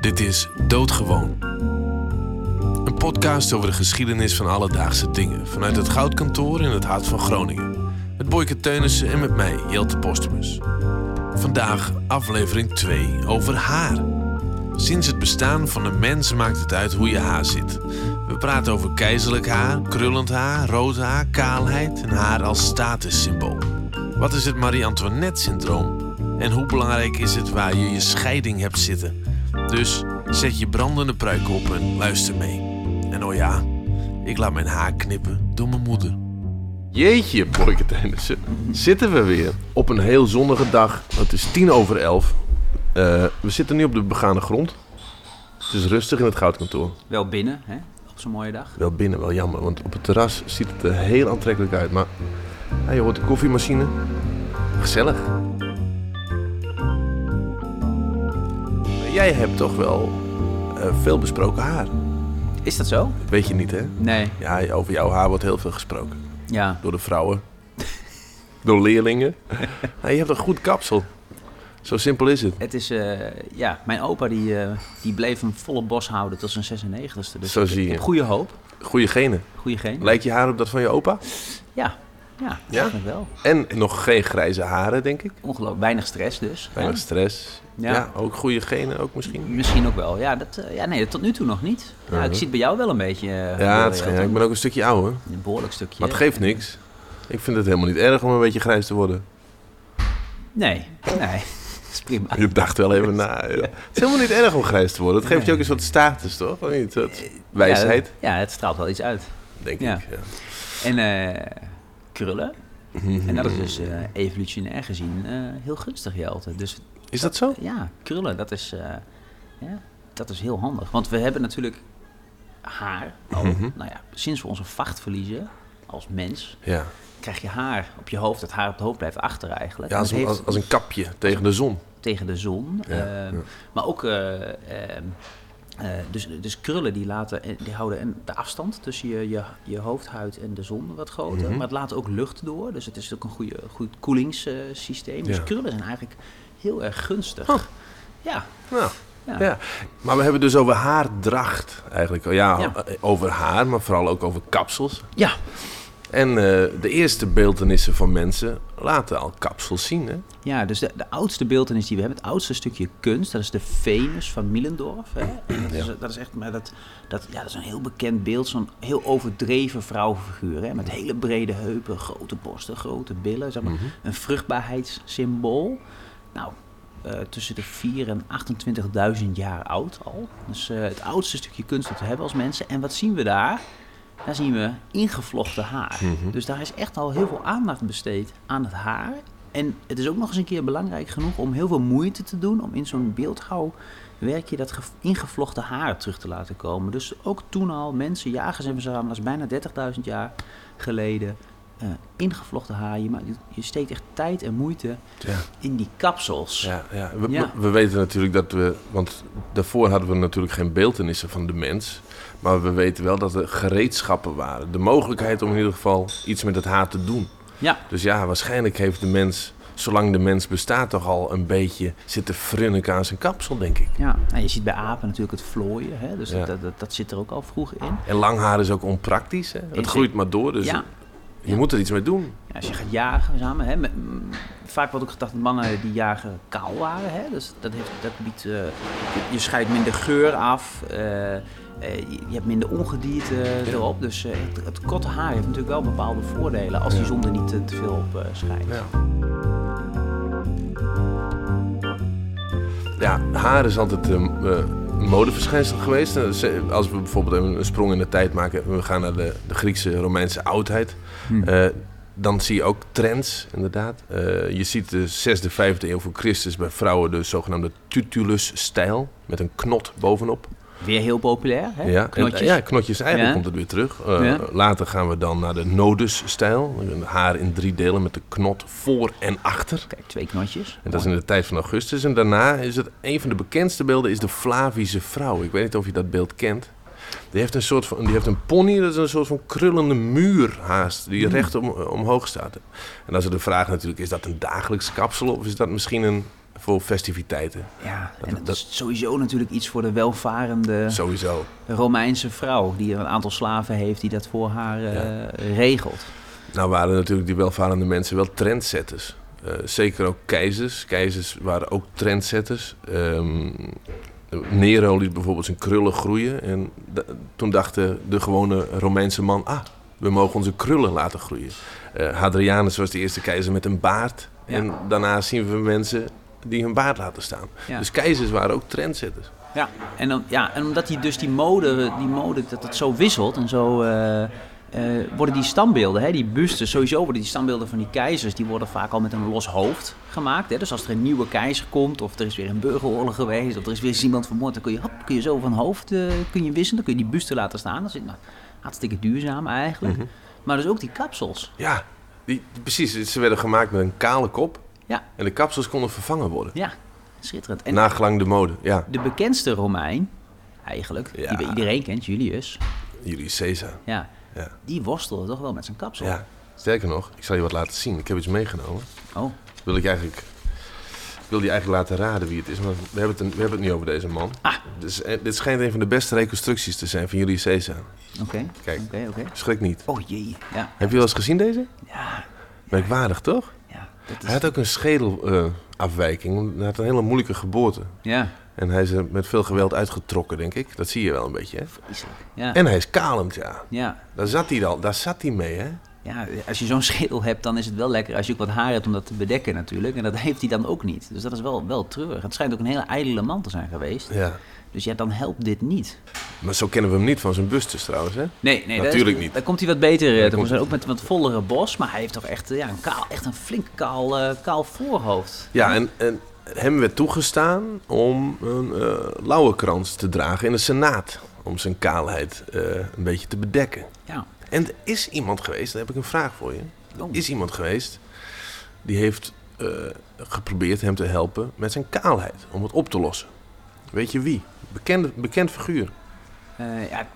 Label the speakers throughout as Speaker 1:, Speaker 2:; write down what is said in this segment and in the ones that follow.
Speaker 1: Dit is Doodgewoon. Een podcast over de geschiedenis van alledaagse dingen. Vanuit het Goudkantoor in het hart van Groningen. Met Boyke Teunissen en met mij, Jelte Postumus. Vandaag aflevering 2 over haar. Sinds het bestaan van de mens maakt het uit hoe je haar zit. We praten over keizerlijk haar, krullend haar, rood haar, kaalheid en haar als statussymbool. Wat is het Marie-Antoinette-syndroom? En hoe belangrijk is het waar je je scheiding hebt zitten? Dus zet je brandende pruik op en luister mee. En oh ja, ik laat mijn haar knippen door mijn moeder. Jeetje, boyke Tennissen. Zitten we weer op een heel zonnige dag. Het is tien over elf. Eh, we zitten nu op de begane grond. Het is rustig in het goudkantoor.
Speaker 2: Wel binnen, hè? Op zo'n mooie dag.
Speaker 1: Wel binnen, wel jammer, want op het terras ziet het er heel aantrekkelijk uit. Maar ja, je hoort de koffiemachine. Gezellig. Jij hebt toch wel eh, veel besproken haar.
Speaker 2: Is dat zo?
Speaker 1: Weet je niet, hè?
Speaker 2: Nee.
Speaker 1: Ja, over jouw haar wordt heel veel gesproken.
Speaker 2: Ja.
Speaker 1: Door de vrouwen. Door leerlingen. Nou, je hebt een goed kapsel. Zo simpel is het.
Speaker 2: Het is, eh, ja, mijn opa die, eh, die bleef hem volle bos houden tot zijn 96ste. Dus
Speaker 1: Zo
Speaker 2: ik,
Speaker 1: zie
Speaker 2: ik
Speaker 1: je.
Speaker 2: heb goede hoop,
Speaker 1: Goeie genen.
Speaker 2: goede geen.
Speaker 1: Lijkt je haar op dat van je opa?
Speaker 2: Ja, ja,
Speaker 1: Ja?
Speaker 2: eigenlijk wel.
Speaker 1: En nog geen grijze haren, denk ik.
Speaker 2: Ongelooflijk, weinig stress dus. hè?
Speaker 1: Weinig stress. Ja.
Speaker 2: Ja.
Speaker 1: ook goede genen ook misschien.
Speaker 2: Misschien ook wel. Ja, dat, eh, ja, nee, tot nu toe nog niet. Ja,
Speaker 1: Mhm.
Speaker 2: Ik zie het bij jou wel een beetje. eh,
Speaker 1: Ja, het
Speaker 2: gebeuren,
Speaker 1: schijnt. Ik ben ook een stukje ouder.
Speaker 2: Een behoorlijk stukje.
Speaker 1: Maar het geeft niks. Ik vind het helemaal niet erg om een beetje grijs te worden.
Speaker 2: Nee, nee. dat is prima.
Speaker 1: Je dacht wel even na. joh. Het is helemaal niet erg om grijs te worden. Het geeft je ook een soort status, toch? Of niet? Een soort wijsheid,
Speaker 2: Eh, Ja, ja, het straalt wel iets uit.
Speaker 1: denk
Speaker 2: ja.
Speaker 1: ik. Ja.
Speaker 2: En eh, krullen. En
Speaker 1: Mm.
Speaker 2: dat is dus eh, evolutionair gezien eh, heel gunstig, Jelte. Dus
Speaker 1: Is dat zo?
Speaker 2: Ja, krullen, dat is, eh, ja, dat is heel handig. Want we hebben natuurlijk haar. al.
Speaker 1: Mhm.
Speaker 2: Nou ja, sinds we onze vacht verliezen als mens,
Speaker 1: Ja,
Speaker 2: krijg je haar op je hoofd. Het haar op het hoofd blijft achter eigenlijk.
Speaker 1: ja
Speaker 2: En
Speaker 1: als,
Speaker 2: dat
Speaker 1: een,
Speaker 2: heeft
Speaker 1: als, als een kapje tegen de zon.
Speaker 2: tegen de zon.
Speaker 1: Ja,
Speaker 2: ehm,
Speaker 1: ja.
Speaker 2: Maar ook... eh, ehm, eh, dus, dus krullen die, laten, eh, die houden en de afstand tussen je, je, je hoofdhuid en de zon wat groter.
Speaker 1: Mhm.
Speaker 2: Maar het laat ook lucht door. Dus het is ook een goede, goed koelingssysteem.
Speaker 1: Ja.
Speaker 2: Dus krullen zijn eigenlijk heel erg gunstig.
Speaker 1: Oh.
Speaker 2: Ja,
Speaker 1: Nou,
Speaker 2: ja.
Speaker 1: ja. Maar we hebben het dus over haardracht eigenlijk. Ja,
Speaker 2: Ja.
Speaker 1: over haar, maar vooral ook over kapsels.
Speaker 2: ja
Speaker 1: En eh, de eerste beeltenissen van mensen laten al kapsels zien, hè?
Speaker 2: Ja, dus de, de oudste beeldenis die we hebben, het oudste stukje kunst, dat is de Venus van Mielendorf. Hè? En Dat, is, dat is echt, maar dat, dat, ja, dat is een heel bekend beeld, zo'n heel overdreven vrouwenfiguur. Hè? Met hele brede heupen, grote borsten, grote billen. Zeg maar, Een vruchtbaarheidssymbool. Nou, eh, tussen de 4 en 28.000 jaar oud al. Dus eh, het oudste stukje kunst dat we hebben als mensen. En wat zien we daar? Daar zien we ingevlochten haar.
Speaker 1: Mhm.
Speaker 2: Dus daar is echt al heel veel aandacht besteed aan het haar. En het is ook nog eens een keer belangrijk genoeg om heel veel moeite te doen om in zo'n beeldhouwwerkje dat ge- ingevlochten haar terug te laten komen. Dus ook toen al mensen, jagers en verzamelaars, bijna 30.000 jaar geleden, eh, ingevlochten haar. Je, ma- je steekt echt tijd en moeite
Speaker 1: Ja.
Speaker 2: in die kapsels.
Speaker 1: Ja, ja. We,
Speaker 2: Ja.
Speaker 1: we- we weten natuurlijk dat we... Want daarvoor hadden we natuurlijk geen beeltenissen van de mens. Maar we weten wel dat er gereedschappen waren. De mogelijkheid om in ieder geval iets met het haar te doen.
Speaker 2: Ja,
Speaker 1: Dus ja, waarschijnlijk heeft de mens... Zolang de mens bestaat toch al een beetje zitten frunniken aan zijn kapsel, denk ik.
Speaker 2: ja. Nou, je ziet bij apen natuurlijk het vlooien, hè? dus
Speaker 1: Ja.
Speaker 2: dat, dat, dat zit er ook al vroeg in.
Speaker 1: En lang haar is ook onpraktisch. Hè? Het
Speaker 2: Is-
Speaker 1: groeit maar door, dus
Speaker 2: ja.
Speaker 1: je moet er iets mee doen.
Speaker 2: Ja, als je gaat jagen samen, hè, met- mm, vaak wordt ook gedacht dat mannen die jagen kaal waren. Hè, dus dat, heeft, dat biedt, eh, je scheidt minder geur af, eh, eh, je je hebt minder ongedierte erop. Dus eh, het, het korte haar heeft natuurlijk wel bepaalde voordelen als die zon er niet eh, te veel op eh, schijnt.
Speaker 1: Ja. Ja, haar is altijd ehm, eh, een modeverschijnsel geweest. Eh, ze- Als we bijvoorbeeld even een sprong in de tijd maken, we gaan naar de, de Griekse Romeinse oudheid. eh, dan zie je ook trends, inderdaad. Eh, je ziet de 6e, 5e eeuw voor Christus bij vrouwen de zogenaamde tutulus-stijl. Met een knot bovenop.
Speaker 2: Weer heel populair, hè?
Speaker 1: Ja, en-
Speaker 2: knotjes.
Speaker 1: ja, knotjes. Eigenlijk
Speaker 2: Ja.
Speaker 1: komt het weer terug. Eh,
Speaker 2: Ja.
Speaker 1: Later gaan we dan naar de nodus-stijl. Een Haar in drie delen met de knot voor en achter.
Speaker 2: Kijk, twee knotjes.
Speaker 1: En dat is in de tijd van Augustus. En daarna is het een van de bekendste beelden is de Flavische vrouw. Ik weet niet of je dat beeld kent. Die heeft een soort van, die heeft een pony, dat is een soort van krullende muur haast, die
Speaker 2: Hmm.
Speaker 1: recht om, omhoog staat. En dan is de vraag natuurlijk, is dat een dagelijks kapsel of is dat misschien een voor festiviteiten.
Speaker 2: Ja, en dat, is sowieso natuurlijk iets voor de welvarende
Speaker 1: Sowieso.
Speaker 2: Romeinse vrouw. Die een aantal slaven heeft die dat voor haar eh,
Speaker 1: Ja.
Speaker 2: regelt.
Speaker 1: Nou waren natuurlijk die welvarende mensen wel trendsetters. Eh, zeker ook keizers. Keizers waren ook trendsetters. Ehm, Nero liet bijvoorbeeld zijn krullen groeien. En da- toen dacht de, de gewone Romeinse man... ah, we mogen onze krullen laten groeien. Eh, Hadrianus was de eerste keizer met een baard.
Speaker 2: Ja.
Speaker 1: En daarna zien we mensen die hun baard laten staan.
Speaker 2: Ja.
Speaker 1: Dus keizers waren ook trendsetters.
Speaker 2: Ja, en, dan, ja, en omdat die dus die mode, die mode dat het zo wisselt en zo... eh, eh, worden die standbeelden, hè, die bustes, sowieso worden die standbeelden van die keizers, die worden vaak al met een los hoofd gemaakt. Hè. Dus als er een nieuwe keizer komt, of er is weer een burgeroorlog geweest, of er is weer eens iemand vermoord, dan kun je, hop, kun je zo van hoofd eh, kun je wisselen, dan kun je die buste laten staan. Dat is nou, hartstikke duurzaam eigenlijk. Maar dus ook die kapsels.
Speaker 1: Ja, die, precies. Ze werden gemaakt met een kale kop.
Speaker 2: Ja.
Speaker 1: En de kapsels konden vervangen worden.
Speaker 2: Ja, schitterend. En
Speaker 1: Nagelang de mode, ja.
Speaker 2: de bekendste Romein, eigenlijk,
Speaker 1: Ja.
Speaker 2: die bij iedereen kent, Julius,
Speaker 1: Julius Caesar.
Speaker 2: ja,
Speaker 1: Ja.
Speaker 2: die worstelde toch wel met zijn kapsel.
Speaker 1: ja. Sterker nog, ik zal je wat laten zien. Ik heb iets meegenomen.
Speaker 2: Oh,
Speaker 1: Wil ik eigenlijk. ik wilde je eigenlijk laten raden wie het is, maar we hebben het, we hebben het niet over deze man.
Speaker 2: Ah.
Speaker 1: Dus, eh, dit schijnt een van de beste reconstructies te zijn van Julius Caesar.
Speaker 2: oké.
Speaker 1: Kijk.
Speaker 2: Oké, oké.
Speaker 1: Schrik niet.
Speaker 2: Oh jee, ja.
Speaker 1: Heb je wel eens gezien deze?
Speaker 2: Ja,
Speaker 1: Merkwaardig, toch?
Speaker 2: ja. Dat
Speaker 1: Hij
Speaker 2: is,
Speaker 1: had ook een schedelafwijking. eh, hij had een hele moeilijke geboorte.
Speaker 2: ja,
Speaker 1: En hij is er met veel geweld uitgetrokken, denk ik. Dat zie je wel een beetje, hè?
Speaker 2: vreselijk. Ja,
Speaker 1: En hij is kalend, ja.
Speaker 2: ja.
Speaker 1: Daar zat hij al. Daar zat hij mee, hè?
Speaker 2: ja, als je zo'n schedel hebt, dan is het wel lekker als je ook wat haar hebt om dat te bedekken natuurlijk. En dat heeft hij dan ook niet. Dus dat is wel, wel treurig. Het schijnt ook een hele ijdele man te zijn geweest.
Speaker 1: Ja.
Speaker 2: Dus ja, dan helpt dit niet.
Speaker 1: Maar zo kennen we hem niet van zijn bustes, trouwens, hè?
Speaker 2: Nee, nee
Speaker 1: Natuurlijk
Speaker 2: daar,
Speaker 1: niet.
Speaker 2: Daar komt hij wat beter. eh, te
Speaker 1: komt-
Speaker 2: zijn ook met een wat vollere bos, maar hij heeft toch echt, eh, ja, een, kaal, echt een flink kaal, eh, kaal voorhoofd.
Speaker 1: Ja, en, en hem werd toegestaan om een eh lauwerkrans te dragen in de Senaat. Om zijn kaalheid eh, een beetje te bedekken.
Speaker 2: Ja.
Speaker 1: En er is iemand geweest, daar heb ik een vraag voor je. Er
Speaker 2: Oh.
Speaker 1: is iemand geweest die heeft eh, geprobeerd hem te helpen met zijn kaalheid. Om het op te lossen. Weet je wie? Bekend, bekend figuur.
Speaker 2: Eh, ja,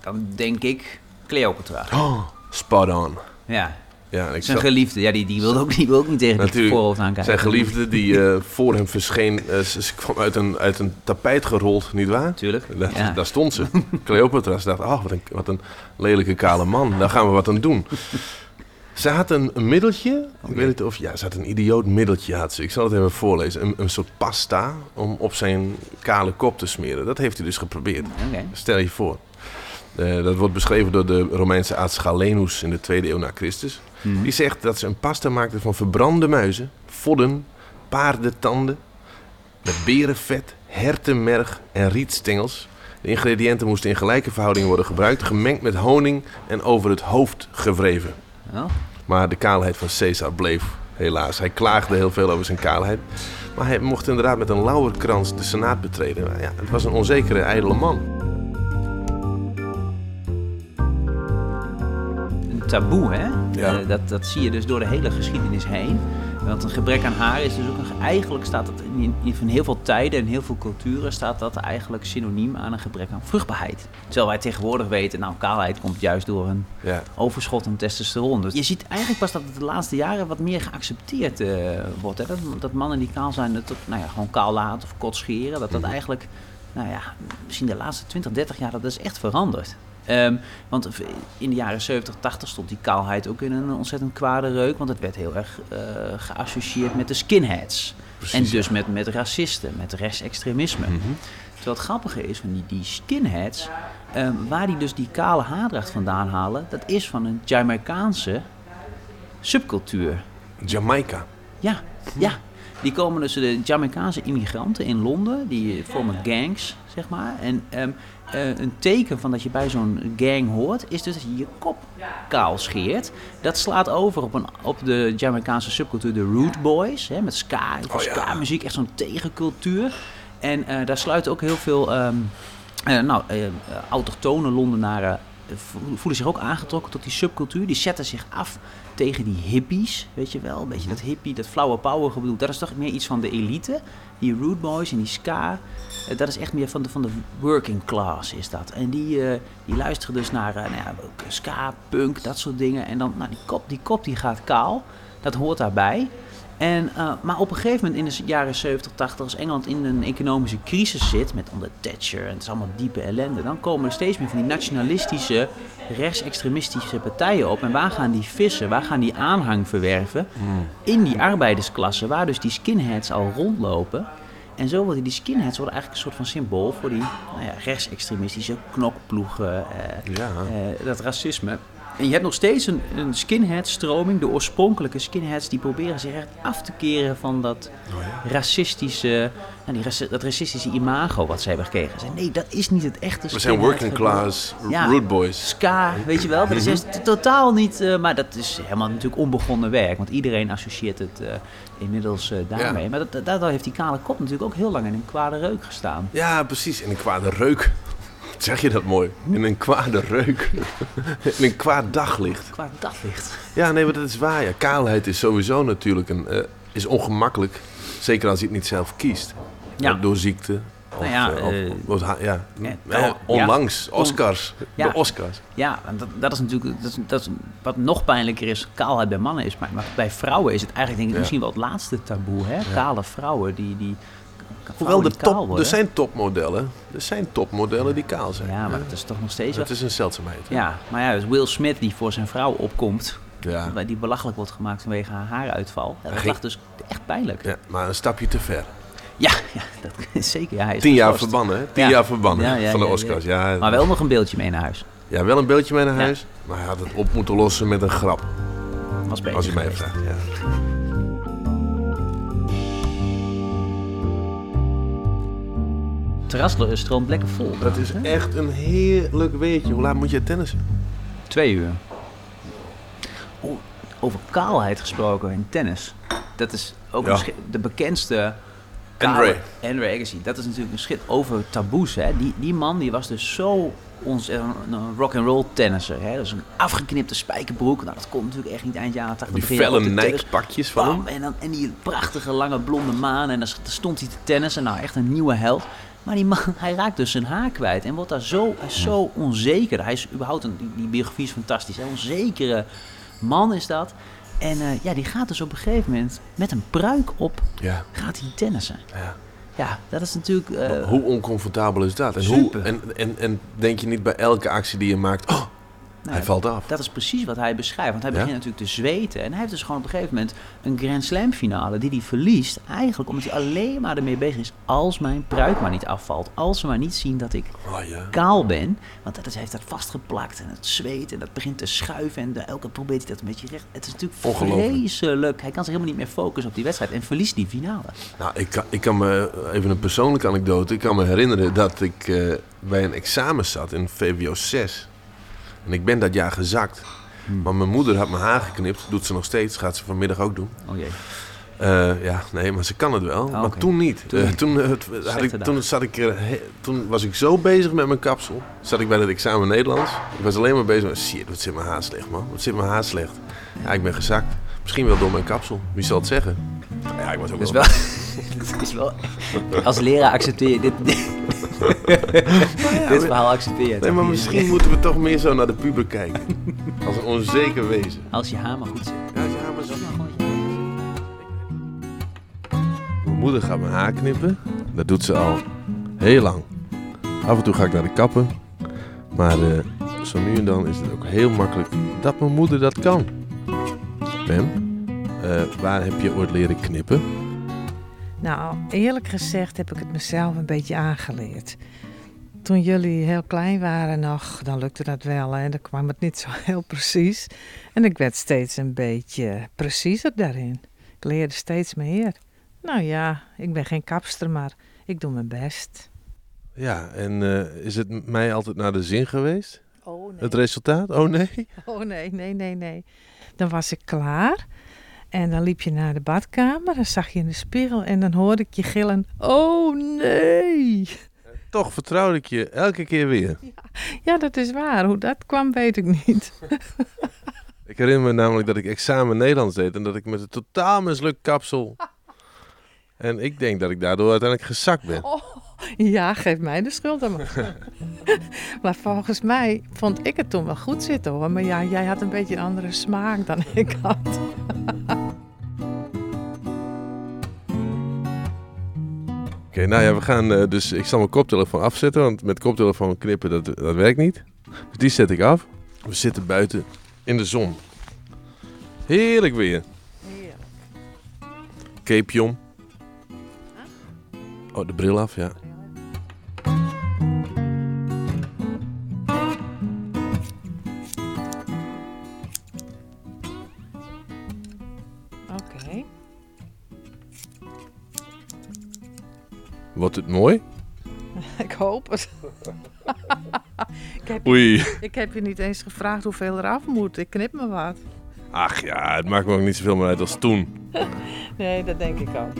Speaker 2: dan denk ik Cleopatra.
Speaker 1: Oh. Spot on.
Speaker 2: Ja,
Speaker 1: Ja, en ik
Speaker 2: zijn
Speaker 1: zat-
Speaker 2: geliefde. Ja, die, die wilde ook, die wil ook niet tegen het
Speaker 1: Natuurlijk,
Speaker 2: voorhoofd aankijken.
Speaker 1: Zijn geliefde die eh, voor hem verscheen, eh, ze, ze kwam uit een, uit een tapijt gerold, nietwaar?
Speaker 2: Natuurlijk.
Speaker 1: Daar,
Speaker 2: ja.
Speaker 1: daar stond ze. Cleopatra. Ze dacht, ach, wat een, wat een lelijke kale man. Daar gaan we wat aan doen. Ze had een, een middeltje. Ik weet niet of... Ja, ze had een idioot middeltje. Had ze. Ik zal het even voorlezen. Een, een soort pasta om op zijn kale kop te smeren. Dat heeft hij dus geprobeerd.
Speaker 2: Oké.
Speaker 1: Stel je voor. Eh, dat wordt beschreven door de Romeinse arts Galenus in de 2e eeuw na Christus.
Speaker 2: Mhm.
Speaker 1: Die zegt dat ze een pasta maakten van verbrande muizen, vodden, paardentanden, met berenvet, hertenmerg en rietstengels. De ingrediënten moesten in gelijke verhouding worden gebruikt, gemengd met honing en over het hoofd gewreven.
Speaker 2: Wel,
Speaker 1: Maar de kaalheid van Caesar bleef, helaas. Hij klaagde heel veel over zijn kaalheid. Maar hij mocht inderdaad met een lauwerkrans de Senaat betreden. Maar ja, het was een onzekere, ijdele man.
Speaker 2: een taboe, hè?
Speaker 1: Ja.
Speaker 2: Eh, dat, dat zie je dus door de hele geschiedenis heen. Want een gebrek aan haar is dus ook... een- Eigenlijk staat dat in, in, in heel veel tijden en heel veel culturen... staat dat eigenlijk synoniem aan een gebrek aan vruchtbaarheid. Terwijl wij tegenwoordig weten... nou, kaalheid komt juist door een
Speaker 1: Ja.
Speaker 2: overschot aan testosteron. Dus je ziet eigenlijk pas dat het de laatste jaren wat meer geaccepteerd eh, wordt. Hè? Dat, dat mannen die kaal zijn, dat, dat, nou ja, gewoon kaal laten of kot scheren. Dat dat eigenlijk, nou ja, misschien de laatste 20, 30 jaar, dat is echt veranderd. Ehm, want in de jaren 70, 80 stond die kaalheid ook in een ontzettend kwade reuk. Want het werd heel erg eh, geassocieerd met de skinheads.
Speaker 1: Precies,
Speaker 2: en dus met, met racisten, met rechtsextremisme. Terwijl het grappige is van die, die skinheads, eh, waar die dus die kale haardracht vandaan halen, dat is van een Jamaicaanse subcultuur.
Speaker 1: Jamaica.
Speaker 2: Ja, ja. Die komen dus de Jamaicaanse immigranten in Londen, die vormen gangs, zeg maar. En ehm, eh, een teken van dat je bij zo'n gang hoort, is dus dat je je kop kaal scheert. Dat slaat over op, een, op de Jamaicaanse subcultuur, de Root Boys, hè, met ska,
Speaker 1: Oh ja.
Speaker 2: ska-muziek, echt zo'n tegencultuur. En eh, daar sluiten ook heel veel ehm, eh, nou, eh, eh, autochtone Londenaren eh, vo- voelen zich ook aangetrokken tot die subcultuur. Die zetten zich af tegen die hippies, weet je wel. Een beetje dat hippie, dat flauwe power gebedoel. Dat is toch meer iets van de elite. Die rude boys en die ska. eh, dat is echt meer van de, van de working class is dat. En die, eh, die luisteren dus naar eh, nou ja, ook ska, punk, dat soort dingen. En dan, nou, die kop, die kop die gaat kaal. Dat hoort daarbij. En, eh, maar op een gegeven moment in de jaren 70, 80, als Engeland in een economische crisis zit, met onder Thatcher en het is allemaal diepe ellende, dan komen er steeds meer van die nationalistische, rechtsextremistische partijen op. En waar gaan die vissen, waar gaan die aanhang verwerven? In die arbeidersklasse, waar dus die skinheads al rondlopen. En zo worden die skinheads worden eigenlijk een soort van symbool voor die nou ja, rechtsextremistische knokploegen. eh,
Speaker 1: Ja.
Speaker 2: eh, dat racisme. En je hebt nog steeds een, een skinhead-stroming, de oorspronkelijke skinheads, die proberen zich echt af te keren van dat
Speaker 1: Oh ja.
Speaker 2: racistische, nou, die raci- dat racistische imago wat ze hebben gekregen. Ze zeggen, nee, dat is niet het echte
Speaker 1: We zijn
Speaker 2: skinhead
Speaker 1: working
Speaker 2: gevoel."
Speaker 1: class, r-
Speaker 2: Ja.
Speaker 1: rude boys.
Speaker 2: Ska, weet je wel, dat is juist totaal niet, eh, maar dat is helemaal natuurlijk onbegonnen werk, want iedereen associeert het eh, inmiddels eh, daarmee. Maar dat, dat- daardoor heeft die kale kop natuurlijk ook heel lang in een kwade reuk gestaan.
Speaker 1: Ja, precies. In een kwade reuk. Wat Zeg je dat mooi? In een kwade reuk. In een kwaad daglicht.
Speaker 2: Kwaad daglicht.
Speaker 1: Ja, nee, maar dat is waar. Ja. Kaalheid is sowieso natuurlijk een, eh, is ongemakkelijk. Zeker als je het niet zelf kiest.
Speaker 2: Ja.
Speaker 1: Eh, Door ziekte. Of,
Speaker 2: Nou ja,
Speaker 1: eh, of-
Speaker 2: eh,
Speaker 1: of ha- ja.
Speaker 2: eh,
Speaker 1: Wel,
Speaker 2: ja.
Speaker 1: onlangs,
Speaker 2: On-
Speaker 1: Oscars.
Speaker 2: Ja.
Speaker 1: De Oscars.
Speaker 2: Ja, en dat, dat is natuurlijk dat is, dat is wat nog pijnlijker is. Kaalheid bij mannen is, maar, maar bij vrouwen is het eigenlijk denk ik
Speaker 1: Ja.
Speaker 2: misschien wel het laatste taboe. Hè? Kale vrouwen die, die vrouwen
Speaker 1: Hoewel, de
Speaker 2: die kaal
Speaker 1: top, er
Speaker 2: worden.
Speaker 1: zijn topmodellen. Er zijn topmodellen die kaal zijn.
Speaker 2: Ja, maar dat is toch nog steeds wel...
Speaker 1: Dat is een zeldzaamheid.
Speaker 2: Ja, maar ja, dus Will Smith die voor zijn vrouw opkomt,
Speaker 1: Ja.
Speaker 2: waar die belachelijk wordt gemaakt vanwege haar haaruitval. Ja, dat
Speaker 1: ging-
Speaker 2: lag dus echt pijnlijk. Ja,
Speaker 1: Ja, maar een stapje te ver.
Speaker 2: ja, dat is zeker. Ja, hij is
Speaker 1: Tien jaar
Speaker 2: geschorst.
Speaker 1: verbannen, hè? Tien
Speaker 2: Ja.
Speaker 1: jaar verbannen
Speaker 2: Ja, ja,
Speaker 1: van de
Speaker 2: ja, ja.
Speaker 1: Oscars. Ja,
Speaker 2: Maar wel nog een beeldje mee naar huis.
Speaker 1: Ja, wel een beeldje mee naar
Speaker 2: Ja.
Speaker 1: huis. Maar hij had het op moeten lossen met een grap,
Speaker 2: Was beter
Speaker 1: als je mij
Speaker 2: geweest.
Speaker 1: vraagt. Ja.
Speaker 2: Terras eh, stroomt lekker vol.
Speaker 1: Dat is echt een heerlijk weertje. Hoe laat moet je tennissen?
Speaker 2: Twee uur. Oh, over kaalheid gesproken in tennis. Dat is ook
Speaker 1: Ja.
Speaker 2: een schi- de bekendste. kale-
Speaker 1: Andre.
Speaker 2: Andre Agassi. Dat is natuurlijk een schit over taboes. Hè. Die, die man die was dus zo ons, een, een rock'n'roll tennisser. Hè. Dus een afgeknipte spijkerbroek. Nou, dat komt natuurlijk echt niet eind jaren 80.
Speaker 1: Die
Speaker 2: begin jaren
Speaker 1: felle
Speaker 2: 80 tennis.
Speaker 1: Nike-pakjes van hem.
Speaker 2: Bam, en, dan, en die prachtige lange blonde maan. En dan stond hij te tennissen. Nou, echt een nieuwe held. Maar die man, hij raakt dus zijn haar kwijt. En wordt daar zo, hij is zo onzeker. Hij is überhaupt, een, die, die biografie is fantastisch. Een onzekere man is dat. En eh, ja, die gaat dus op een gegeven moment met een pruik op,
Speaker 1: Ja.
Speaker 2: gaat hij tennissen.
Speaker 1: ja.
Speaker 2: Ja, dat is natuurlijk... eh,
Speaker 1: hoe oncomfortabel is dat? En, hoe,
Speaker 2: super.
Speaker 1: en, en, en denk je niet bij elke actie die je maakt, oh,
Speaker 2: nou
Speaker 1: hij
Speaker 2: ja,
Speaker 1: valt af.
Speaker 2: Dat is precies wat hij beschrijft. Want hij
Speaker 1: Ja?
Speaker 2: begint natuurlijk te zweten. En hij heeft dus gewoon op een gegeven moment een Grand Slam finale die hij verliest. Eigenlijk omdat hij alleen maar ermee bezig is. Als mijn pruik maar niet afvalt. Als ze maar niet zien dat ik
Speaker 1: Oh, ja.
Speaker 2: kaal ben. Want dat is, hij heeft dat vastgeplakt en het zweet en dat begint te schuiven. En de- elke keer probeert hij dat een beetje recht. Het is natuurlijk
Speaker 1: Ongelooflijk.
Speaker 2: vreselijk. Hij kan zich helemaal niet meer focussen op die wedstrijd. En verliest die finale.
Speaker 1: Nou, ik kan, ik kan me, eh, even een persoonlijke anekdote. Ik kan me herinneren dat ik eh, bij een examen zat in VWO 6. En ik ben dat jaar gezakt. Maar mijn moeder had mijn haar geknipt. Doet ze nog steeds. Gaat ze vanmiddag ook doen.
Speaker 2: Oh jee.
Speaker 1: Eh, ja, nee, maar ze kan het wel. maar
Speaker 2: Ah, oké.
Speaker 1: toen niet.
Speaker 2: Toen
Speaker 1: Eh,
Speaker 2: niet.
Speaker 1: toen, eh, het- had ik,
Speaker 2: dag.
Speaker 1: toen, zat ik, er he- toen was ik zo bezig met mijn kapsel. Zat ik bij het examen Nederlands. Ik was alleen maar bezig met... Shit, wat zit mijn haar slecht, man. Wat zit mijn haar slecht. Ja, ik ben gezakt. Misschien wel door mijn kapsel. Wie zal het zeggen? Ja, ik was ook
Speaker 2: Dat is
Speaker 1: wel...
Speaker 2: wel... dat is wel als leraar accepteer je dit... dit verhaal accepteer je.
Speaker 1: Nee,
Speaker 2: toch
Speaker 1: maar
Speaker 2: niet?
Speaker 1: misschien moeten we toch meer zo naar de puber kijken. Als een onzeker wezen.
Speaker 2: Als je hamer goed zit.
Speaker 1: Ja, ja, maar zo... Mijn moeder gaat mijn haar knippen. Dat doet ze al heel lang. Af en toe ga ik naar de kapper. Maar eh, zo nu en dan is het ook heel makkelijk dat mijn moeder dat kan. Pam, eh, waar heb je ooit leren knippen?
Speaker 3: Nou, eerlijk gezegd heb ik het mezelf een beetje aangeleerd. Toen jullie heel klein waren nog, dan lukte dat wel en dan kwam het niet zo heel precies. En ik werd steeds een beetje preciezer daarin. Ik leerde steeds meer. Nou ja, ik ben geen kapster, maar ik doe mijn best.
Speaker 1: Ja, en eh, is het m- mij altijd naar de zin geweest?
Speaker 3: Oh
Speaker 1: Het resultaat? Oh nee.
Speaker 3: Oh nee, nee, nee, nee. Dan was ik klaar. En dan liep je naar de badkamer, dan zag je in de spiegel en dan hoorde ik je gillen. Oh nee!
Speaker 1: Toch vertrouwde ik je elke keer weer.
Speaker 3: Ja, dat is waar. Hoe dat kwam, weet ik niet.
Speaker 1: Ik herinner me namelijk dat ik examen Nederlands deed en dat ik met een totaal mislukt kapsel. En ik denk dat ik daardoor uiteindelijk gezakt ben.
Speaker 3: Ja, geef mij de schuld aan. maar. maar volgens mij vond ik het toen wel goed zitten hoor. Maar ja, jij had een beetje een andere smaak dan ik had.
Speaker 1: nou ja, we gaan eh, dus... Ik zal mijn koptelefoon afzetten, want met koptelefoon knippen, dat, dat werkt niet. Dus die zet ik af. We zitten buiten in de zon. Heerlijk weer. Cape om. Oh, de bril af, ja.
Speaker 3: Oké.
Speaker 1: Wordt het mooi?
Speaker 3: Ik hoop het. ik, heb,
Speaker 1: Oei.
Speaker 3: ik heb je niet eens gevraagd hoeveel eraf moet. Ik knip me wat.
Speaker 1: Ach ja, het maakt me ook niet zoveel meer uit als toen.
Speaker 3: Nee, dat denk ik ook.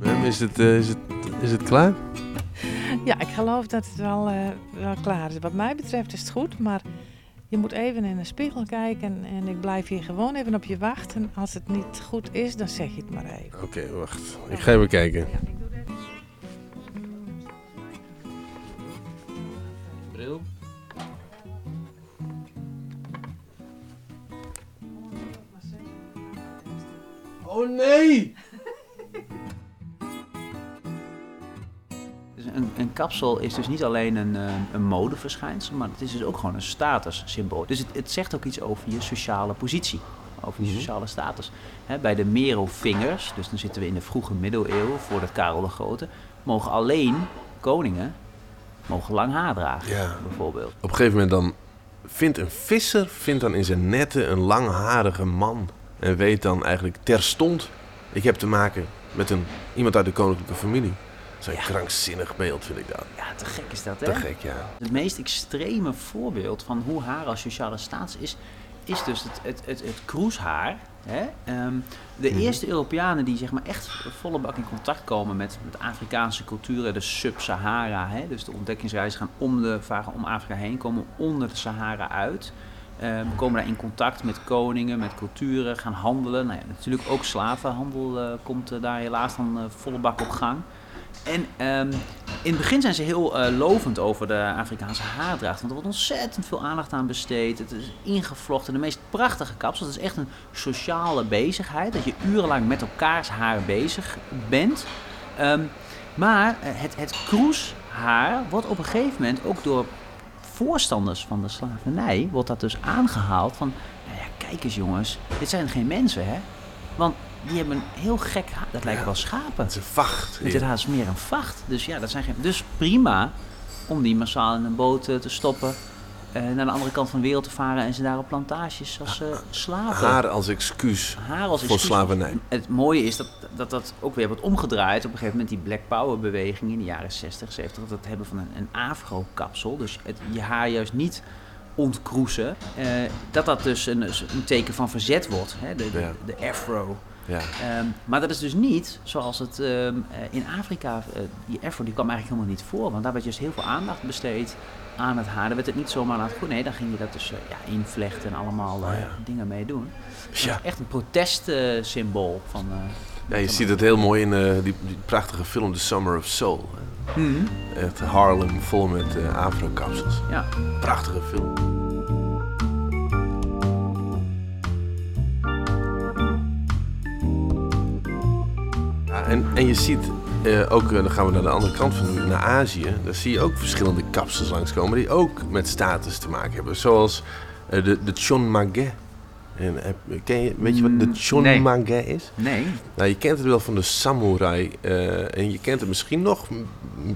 Speaker 1: Mem, Is het, eh, is het, is het klaar?
Speaker 3: Ja, ik geloof dat het wel, eh, wel klaar is. Wat mij betreft is het goed, maar je moet even in de spiegel kijken. En ik blijf hier gewoon even op je wachten. Als het niet goed is, dan zeg je het maar even.
Speaker 4: Oh.
Speaker 1: Oké, wacht. Ik ga even kijken.
Speaker 2: Bril.
Speaker 1: Oh nee!
Speaker 2: Dus een, een kapsel is dus niet alleen een, eh, een modeverschijnsel, maar het is dus ook gewoon een statussymbool. Dus het, het zegt ook iets over je sociale positie, over
Speaker 1: Mhm.
Speaker 2: je sociale status. Hè, bij de Merovingers, dus dan zitten we in de vroege middeleeuwen, voordat Karel de Grote, mogen alleen koningen mogen lang haar dragen,
Speaker 1: Ja.
Speaker 2: bijvoorbeeld.
Speaker 1: Op een gegeven moment dan vindt een visser vindt dan in zijn netten een langharige man. En weet dan eigenlijk terstond, ik heb te maken met een, iemand uit de koninklijke familie. Zo'n krankzinnig beeld vind ik dat.
Speaker 2: Ja, te gek is dat, hè?
Speaker 1: Te gek, ja.
Speaker 2: Het meest extreme voorbeeld van hoe haar als sociale status is, is dus het, het, het, het kroeshaar. Hè? Ehm, de eerste Europeanen die zeg maar echt volle bak in contact komen met, met Afrikaanse culturen, de Sub-Sahara, hè? dus de ontdekkingsreizen gaan om, de, varen om Afrika heen, komen onder de Sahara uit. Ehm, komen daar in contact met koningen, met culturen, gaan handelen. Nou ja, natuurlijk ook slavenhandel eh, komt eh, daar helaas dan eh, volle bak op gang. En ehm, in het begin zijn ze heel eh, lovend over de Afrikaanse haardracht. Want er wordt ontzettend veel aandacht aan besteed. Het is ingevlochten. De meest prachtige kapsel. Het is echt een sociale bezigheid. Dat je urenlang met elkaars haar bezig bent. Ehm, maar eh, het, het kroeshaar wordt op een gegeven moment ook door voorstanders van de slavernij... wordt dat dus aangehaald van... Nou ja, kijk eens jongens, dit zijn geen mensen hè. Want die hebben een heel gek haar. Dat lijken wel schapen.
Speaker 1: Het is een vacht.
Speaker 2: Het is haast meer een vacht. Dus ja, dat zijn geen... Dus prima om die massaal in een boot eh, te stoppen. eh, naar de andere kant van de wereld te varen en ze daar op plantages als eh, slaven.
Speaker 1: Haar als excuus.
Speaker 2: Haar als
Speaker 1: voor
Speaker 2: excuus.
Speaker 1: slavernij.
Speaker 2: Het mooie is dat, dat dat ook weer wordt omgedraaid. Op een gegeven moment die Black Power beweging in de jaren 60, 70. Dat het hebben van een, een afro-kapsel. Dus het, je haar juist niet ontkroezen. eh, dat dat dus een, een teken van verzet wordt. Hè? De, de,
Speaker 1: Ja.
Speaker 2: de afro.
Speaker 1: Ja.
Speaker 2: Ehm, maar dat is dus niet zoals het ehm, eh, in Afrika, eh, die effort die kwam eigenlijk helemaal niet voor. Want daar werd juist heel veel aandacht besteed aan het haar. Daar werd het niet zomaar laten goed. Nee, dan ging je dat dus eh, ja, invlechten en allemaal eh,
Speaker 1: Oh ja.
Speaker 2: dingen mee doen.
Speaker 1: ja.
Speaker 2: Echt een protestsymbool van... eh,
Speaker 1: Ja, je
Speaker 2: van-
Speaker 1: ziet het heel mooi in eh, die, die prachtige film The Summer of Soul.
Speaker 2: Mhm,
Speaker 1: Echt Harlem vol met eh afro-kapsels.
Speaker 2: ja.
Speaker 1: Prachtige film. Ja, en, en je ziet eh, ook, eh, dan gaan we naar de andere kant van naar Azië. Daar zie je ook verschillende kapsels langskomen die ook met status te maken hebben. Zoals eh, de, de Chonmage. En, eh, ken je, weet je wat de
Speaker 2: Mm,
Speaker 1: Chonmage is?
Speaker 2: Nee.
Speaker 1: Nou, je kent het wel van de samurai. eh, en je kent het misschien nog m-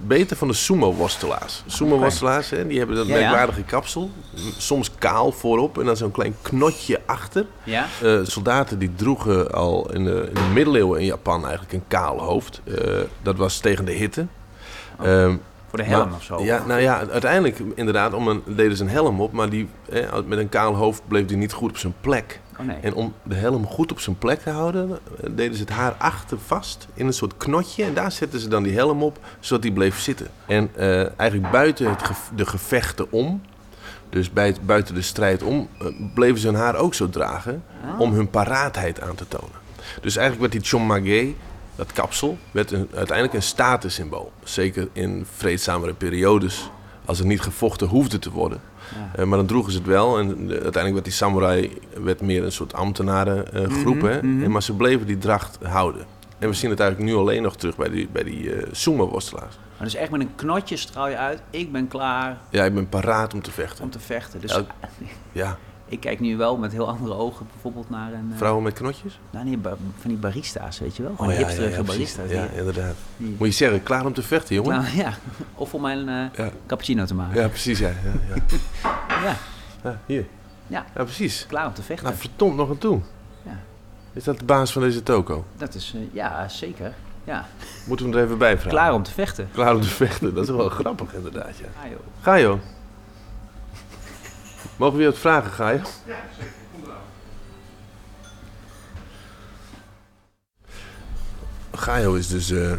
Speaker 1: beter van de sumo-worstelaars. Sumo-worstelaars, hè, die hebben dat
Speaker 2: Ja, ja.
Speaker 1: merkwaardige kapsel. m- Soms kaal voorop en dan zo'n klein knotje achter.
Speaker 2: Ja?
Speaker 1: Eh, soldaten die droegen al in de, in de middeleeuwen in Japan eigenlijk een kaal hoofd. Eh, dat was tegen de hitte.
Speaker 2: Oh.
Speaker 1: Ehm,
Speaker 2: Voor de helm
Speaker 1: maar-
Speaker 2: of zo.
Speaker 1: Ja, nou ja, uiteindelijk inderdaad om een, deden ze een helm op. Maar die, eh, met een kaal hoofd bleef die niet goed op zijn plek.
Speaker 2: Oh nee.
Speaker 1: En om de helm goed op zijn plek te houden, eh, deden ze het haar achter vast in een soort knotje. En daar zetten ze dan die helm op, zodat die bleef zitten. En eh, eigenlijk buiten het ge- de gevechten om, dus bij het, buiten de strijd om, eh, bleven ze hun haar ook zo dragen om hun paraatheid aan te tonen. Dus eigenlijk werd die chonmage, dat kapsel, werd een, uiteindelijk een statussymbool. Zeker in vreedzamere periodes, als er niet gevochten hoefde te worden.
Speaker 2: Ja.
Speaker 1: Eh, maar dan droegen ze het wel. En eh, uiteindelijk werd die
Speaker 2: Mhm,
Speaker 1: samurai werd meer een soort ambtenarengroep. groep, hè? En Maar ze bleven die dracht houden. En we zien het eigenlijk nu alleen nog terug bij die, bij die eh sumo-worstelaars.
Speaker 2: Maar dus echt met een knotje straal je uit, ik ben klaar
Speaker 1: Ja, ik ben paraat om te vechten.
Speaker 2: om te vechten. Dus
Speaker 1: Ja. Ja,
Speaker 2: ik kijk nu wel met heel andere ogen bijvoorbeeld naar een... eh,
Speaker 1: vrouwen met knotjes?
Speaker 2: Nou, nee, ba- van die barista's, weet je wel. Van
Speaker 1: Oh ja, ja,
Speaker 2: hipsterige
Speaker 1: ja, precies.
Speaker 2: barista's.
Speaker 1: Ja,
Speaker 2: die-
Speaker 1: inderdaad.
Speaker 2: die-
Speaker 1: Moet je zeggen, klaar om te vechten, jongen?
Speaker 2: Nou, ja, of om mijn eh,
Speaker 1: Ja.
Speaker 2: cappuccino te maken.
Speaker 1: Ja, precies, ja. Ja, ja.
Speaker 2: Ja,
Speaker 1: Ja, hier.
Speaker 2: Ja.
Speaker 1: ja precies.
Speaker 2: klaar om te vechten.
Speaker 1: Nou, verdomd nog aan toe.
Speaker 2: Ja.
Speaker 1: Is dat de baas van deze toko?
Speaker 2: Dat is, eh, ja, zeker. Ja,
Speaker 1: Moeten we hem er even bij vragen?
Speaker 2: klaar om te vechten.
Speaker 1: Klaar om te vechten. Dat is wel grappig, inderdaad, ja.
Speaker 2: Ah, joh.
Speaker 1: Ga joh. Mogen we je wat vragen, ga je? Ja, zeker. Kom Gaio is dus, eh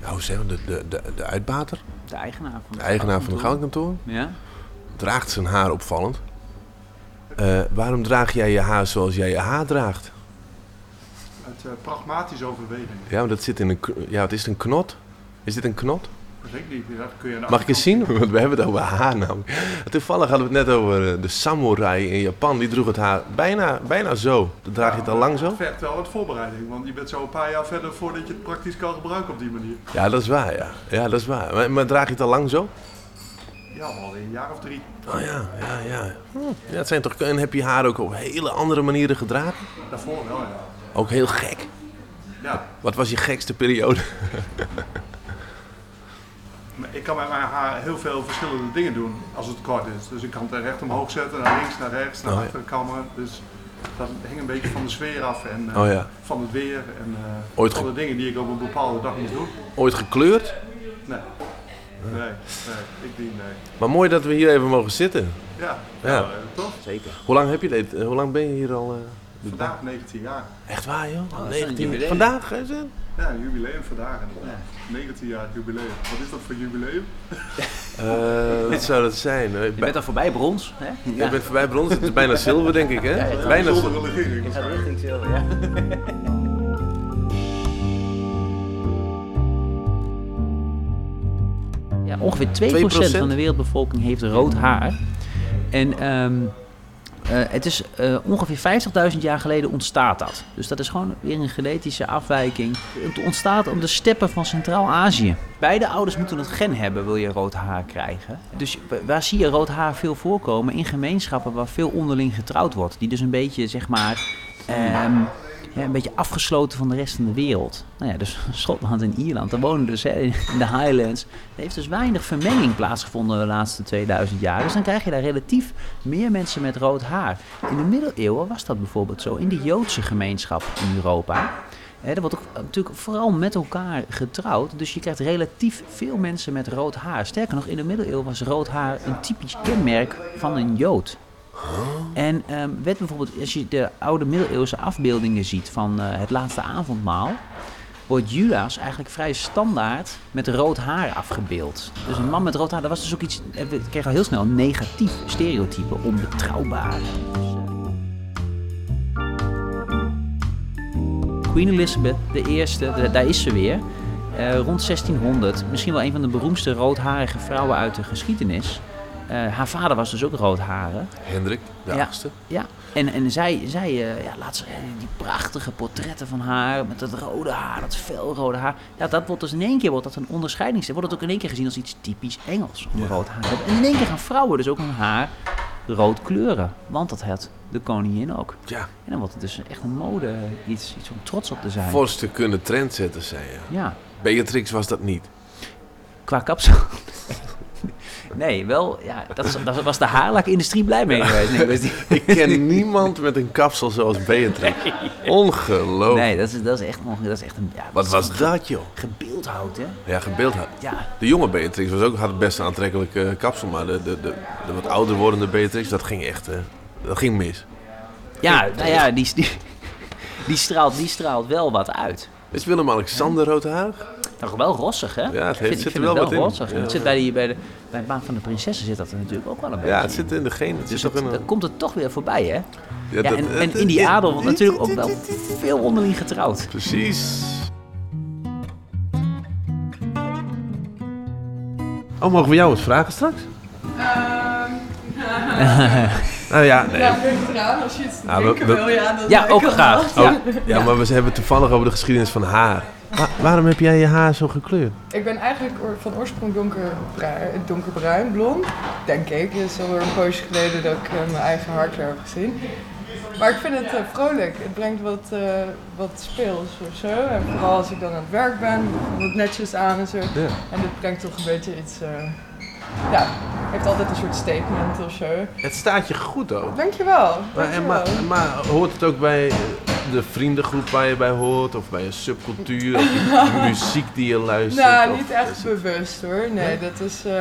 Speaker 1: ja, hoe zeggen we, de, de, de, de uitbater,
Speaker 2: De eigenaar van
Speaker 1: de eigenaar van het
Speaker 2: goudkantoor.
Speaker 1: goudkantoor.
Speaker 2: Ja?
Speaker 1: Draagt zijn haar opvallend. Eh, waarom draag jij je haar zoals jij je haar draagt?
Speaker 5: Uit eh, pragmatische overwegingen.
Speaker 1: Ja, maar dat zit in een, kn- ja, het is een knot. Is dit een knot?
Speaker 5: Dat weet ik niet. Dat kun je aan de
Speaker 1: Mag ik eens
Speaker 5: achterkant-
Speaker 1: zien? Want we hebben het over haar namelijk. Toevallig hadden we het net over eh, de samurai in Japan. Die droeg het haar bijna, bijna zo. Dan draag je het al lang zo?
Speaker 5: Het vergt wel wat voorbereiding, want je bent zo een paar jaar verder voordat je het praktisch kan gebruiken op die manier.
Speaker 1: Ja, dat is waar, ja. Ja, dat is waar. Maar, maar draag je het al lang zo?
Speaker 5: Ja, al een jaar of drie.
Speaker 1: Oh ja, ja, ja. Hm. ja het zijn toch, en heb je haar ook op hele andere manieren gedragen?
Speaker 5: Daarvoor wel, ja.
Speaker 1: Ook heel gek.
Speaker 5: Ja,
Speaker 1: Wat was je gekste periode?
Speaker 5: maar ik kan met mijn haar heel veel verschillende dingen doen als het kort is. Dus ik kan het recht omhoog zetten, naar links, naar rechts, naar
Speaker 1: Oh, ja.
Speaker 5: achteren kammen. Dus dat hing een beetje van de sfeer af en eh,
Speaker 1: Oh ja.
Speaker 5: van het weer en eh,
Speaker 1: Ooit
Speaker 5: van
Speaker 1: ge-
Speaker 5: de dingen die ik op een bepaalde dag moest doen.
Speaker 1: Ooit gekleurd?
Speaker 5: Nee, nee, nee, ik die nee.
Speaker 1: Maar mooi dat we hier even mogen zitten.
Speaker 5: Ja,
Speaker 1: Ja.
Speaker 5: ja. eh, toch?
Speaker 2: Zeker.
Speaker 1: Hoe lang, heb je dit, eh, hoe lang ben je hier al? eh,
Speaker 5: Vandaag 19 jaar.
Speaker 1: Echt waar, joh? Al
Speaker 2: Oh, dat is een
Speaker 1: 19.
Speaker 2: jubileum.
Speaker 1: Vandaag, hè? Zin?
Speaker 5: Ja, een jubileum vandaag inderdaad. 19 jaar jubileum. Wat is dat voor jubileum?
Speaker 1: Eh, wat zou dat zijn? Eh,
Speaker 2: Je
Speaker 1: bij-
Speaker 2: bent al voorbij brons, hè?
Speaker 1: Je bent voorbij brons, het is bijna zilver denk ik hè? bijna
Speaker 5: Zonder
Speaker 1: zilver.
Speaker 5: regering.
Speaker 2: Ja, richting zilver, ja. Ja, ongeveer 2%,
Speaker 1: 2%?
Speaker 2: van de wereldbevolking heeft rood haar. En ehm, eh, het is eh, ongeveer 50.000 jaar geleden ontstaat dat. Dus dat is gewoon weer een genetische afwijking. Het ontstaat om de steppen van Centraal-Azië. Beide ouders moeten het gen hebben, wil je rood haar krijgen. Dus wa- waar zie je rood haar veel voorkomen? In gemeenschappen waar veel onderling getrouwd wordt. Die dus een beetje, zeg maar, ehm, ja, een beetje afgesloten van de rest van de wereld. Nou ja, dus Schotland en Ierland, daar wonen dus hè, in de Highlands. Er heeft dus weinig vermenging plaatsgevonden de laatste 2000 jaar. Dus dan krijg je daar relatief meer mensen met rood haar. In de middeleeuwen was dat bijvoorbeeld zo in de Joodse gemeenschap in Europa. Hè, er wordt ook natuurlijk vooral met elkaar getrouwd. Dus je krijgt relatief veel mensen met rood haar. Sterker nog, in de middeleeuwen was rood haar een typisch kenmerk van een Jood. En ehm, werd bijvoorbeeld, als je de oude middeleeuwse afbeeldingen ziet van eh, het laatste avondmaal, wordt Judas eigenlijk vrij standaard met rood haar afgebeeld. Dus een man met rood haar, dat was dus ook iets, eh, we kregen al heel snel een negatief stereotype, onbetrouwbaar. Dus, eh. Queen Elizabeth I, da- daar is ze weer. Eh, rond 1600, misschien wel een van de beroemdste roodharige vrouwen uit de geschiedenis. Eh, haar vader was dus ook roodharig.
Speaker 1: Hendrik, de
Speaker 2: Ja.
Speaker 1: achtste.
Speaker 2: Ja, en, en zij, zij eh, ja, laat ze, eh, die prachtige portretten van haar met dat rode haar, dat felrode haar. Ja, dat wordt dus in één keer wordt dat een onderscheiding. Wordt het ook in één keer gezien als iets typisch Engels om rood haar te hebben. En in één keer gaan vrouwen dus ook hun haar rood kleuren, want dat had de koningin ook.
Speaker 1: Ja,
Speaker 2: En dan wordt het dus echt een mode, eh, iets, iets om trots op te zijn.
Speaker 1: vorsten kunnen trendsetters zijn ja.
Speaker 2: Ja,
Speaker 1: Beatrix was dat niet.
Speaker 2: qua kapsel. Nee, wel, ja, dat, is- daar was de haarlakindustrie blij mee geweest. Nee, dus die-
Speaker 1: Ik ken niemand met een kapsel zoals Beatrix. Ongelooflijk.
Speaker 2: nee dat, is, dat is echt, onge- dat is echt een... Ja,
Speaker 1: Wat was dat joh?
Speaker 2: Gebeeldhouwd, hè?
Speaker 1: Ja, gebeeldhouwd.
Speaker 2: Ja,
Speaker 1: De jonge Beatrix was ook, had best een aantrekkelijke kapsel, maar de, de, de, de wat ouder wordende Beatrix, dat ging echt, eh, dat ging mis.
Speaker 2: ja, nou ja, die, die, die, straalt, die straalt wel wat uit.
Speaker 1: Is Willem-Alexander roodharig?
Speaker 2: Nog wel rossig, hè?
Speaker 1: Ja, het
Speaker 2: Ik vind- ik
Speaker 1: zit er
Speaker 2: vind
Speaker 1: wel
Speaker 2: het
Speaker 1: wat in.
Speaker 2: rossig. En
Speaker 1: Ja.
Speaker 2: Het zit bij, die, bij, de, bij het baan van de prinsessen zit dat er natuurlijk ook wel een beetje
Speaker 1: Ja, het zit in de genen. Het
Speaker 2: Dus
Speaker 1: zit toch in
Speaker 2: dat-
Speaker 1: een...
Speaker 2: dan komt het toch weer voorbij, hè?
Speaker 1: Ja,
Speaker 2: Ja,
Speaker 1: dat-
Speaker 2: en, en in die adel wordt natuurlijk ook wel veel onderling getrouwd.
Speaker 1: Precies. Oh, mogen we jou wat vragen straks? Nou ja, nee.
Speaker 4: Ehm. Ja, denk eraan als je het
Speaker 1: Ja, we-
Speaker 4: drinken
Speaker 1: we- oh,
Speaker 4: wil. Ja, dat
Speaker 2: Ja,
Speaker 4: eh,
Speaker 2: ook
Speaker 4: kan
Speaker 2: graag.
Speaker 4: wel.
Speaker 2: Ja.
Speaker 1: Ja, maar we hebben het toevallig over de geschiedenis van haar. Wa- waarom heb jij je haar zo gekleurd?
Speaker 4: Ik ben eigenlijk oor- van oorsprong donkerbruin, donkerbruin, blond, denk ik. Het is alweer een poosje geleden dat ik eh, mijn eigen haarkleur heb gezien. Maar ik vind het eh, vrolijk. Het brengt wat, eh, wat speels of zo. En vooral als ik dan aan het werk ben, wat netjes aan en zo.
Speaker 1: Ja.
Speaker 4: En dit brengt toch een beetje iets... eh, ja, heeft altijd een soort statement of zo.
Speaker 1: Het staat je goed ook.
Speaker 4: Dankjewel.
Speaker 1: Maar, en
Speaker 4: dankjewel.
Speaker 1: maar, maar hoort het ook bij eh, de vriendengroep waar je bij hoort? Of bij een subcultuur? Of de muziek die je luistert?
Speaker 4: Nou,
Speaker 1: Of-
Speaker 4: niet echt bewust hoor. Nee, dat is, eh,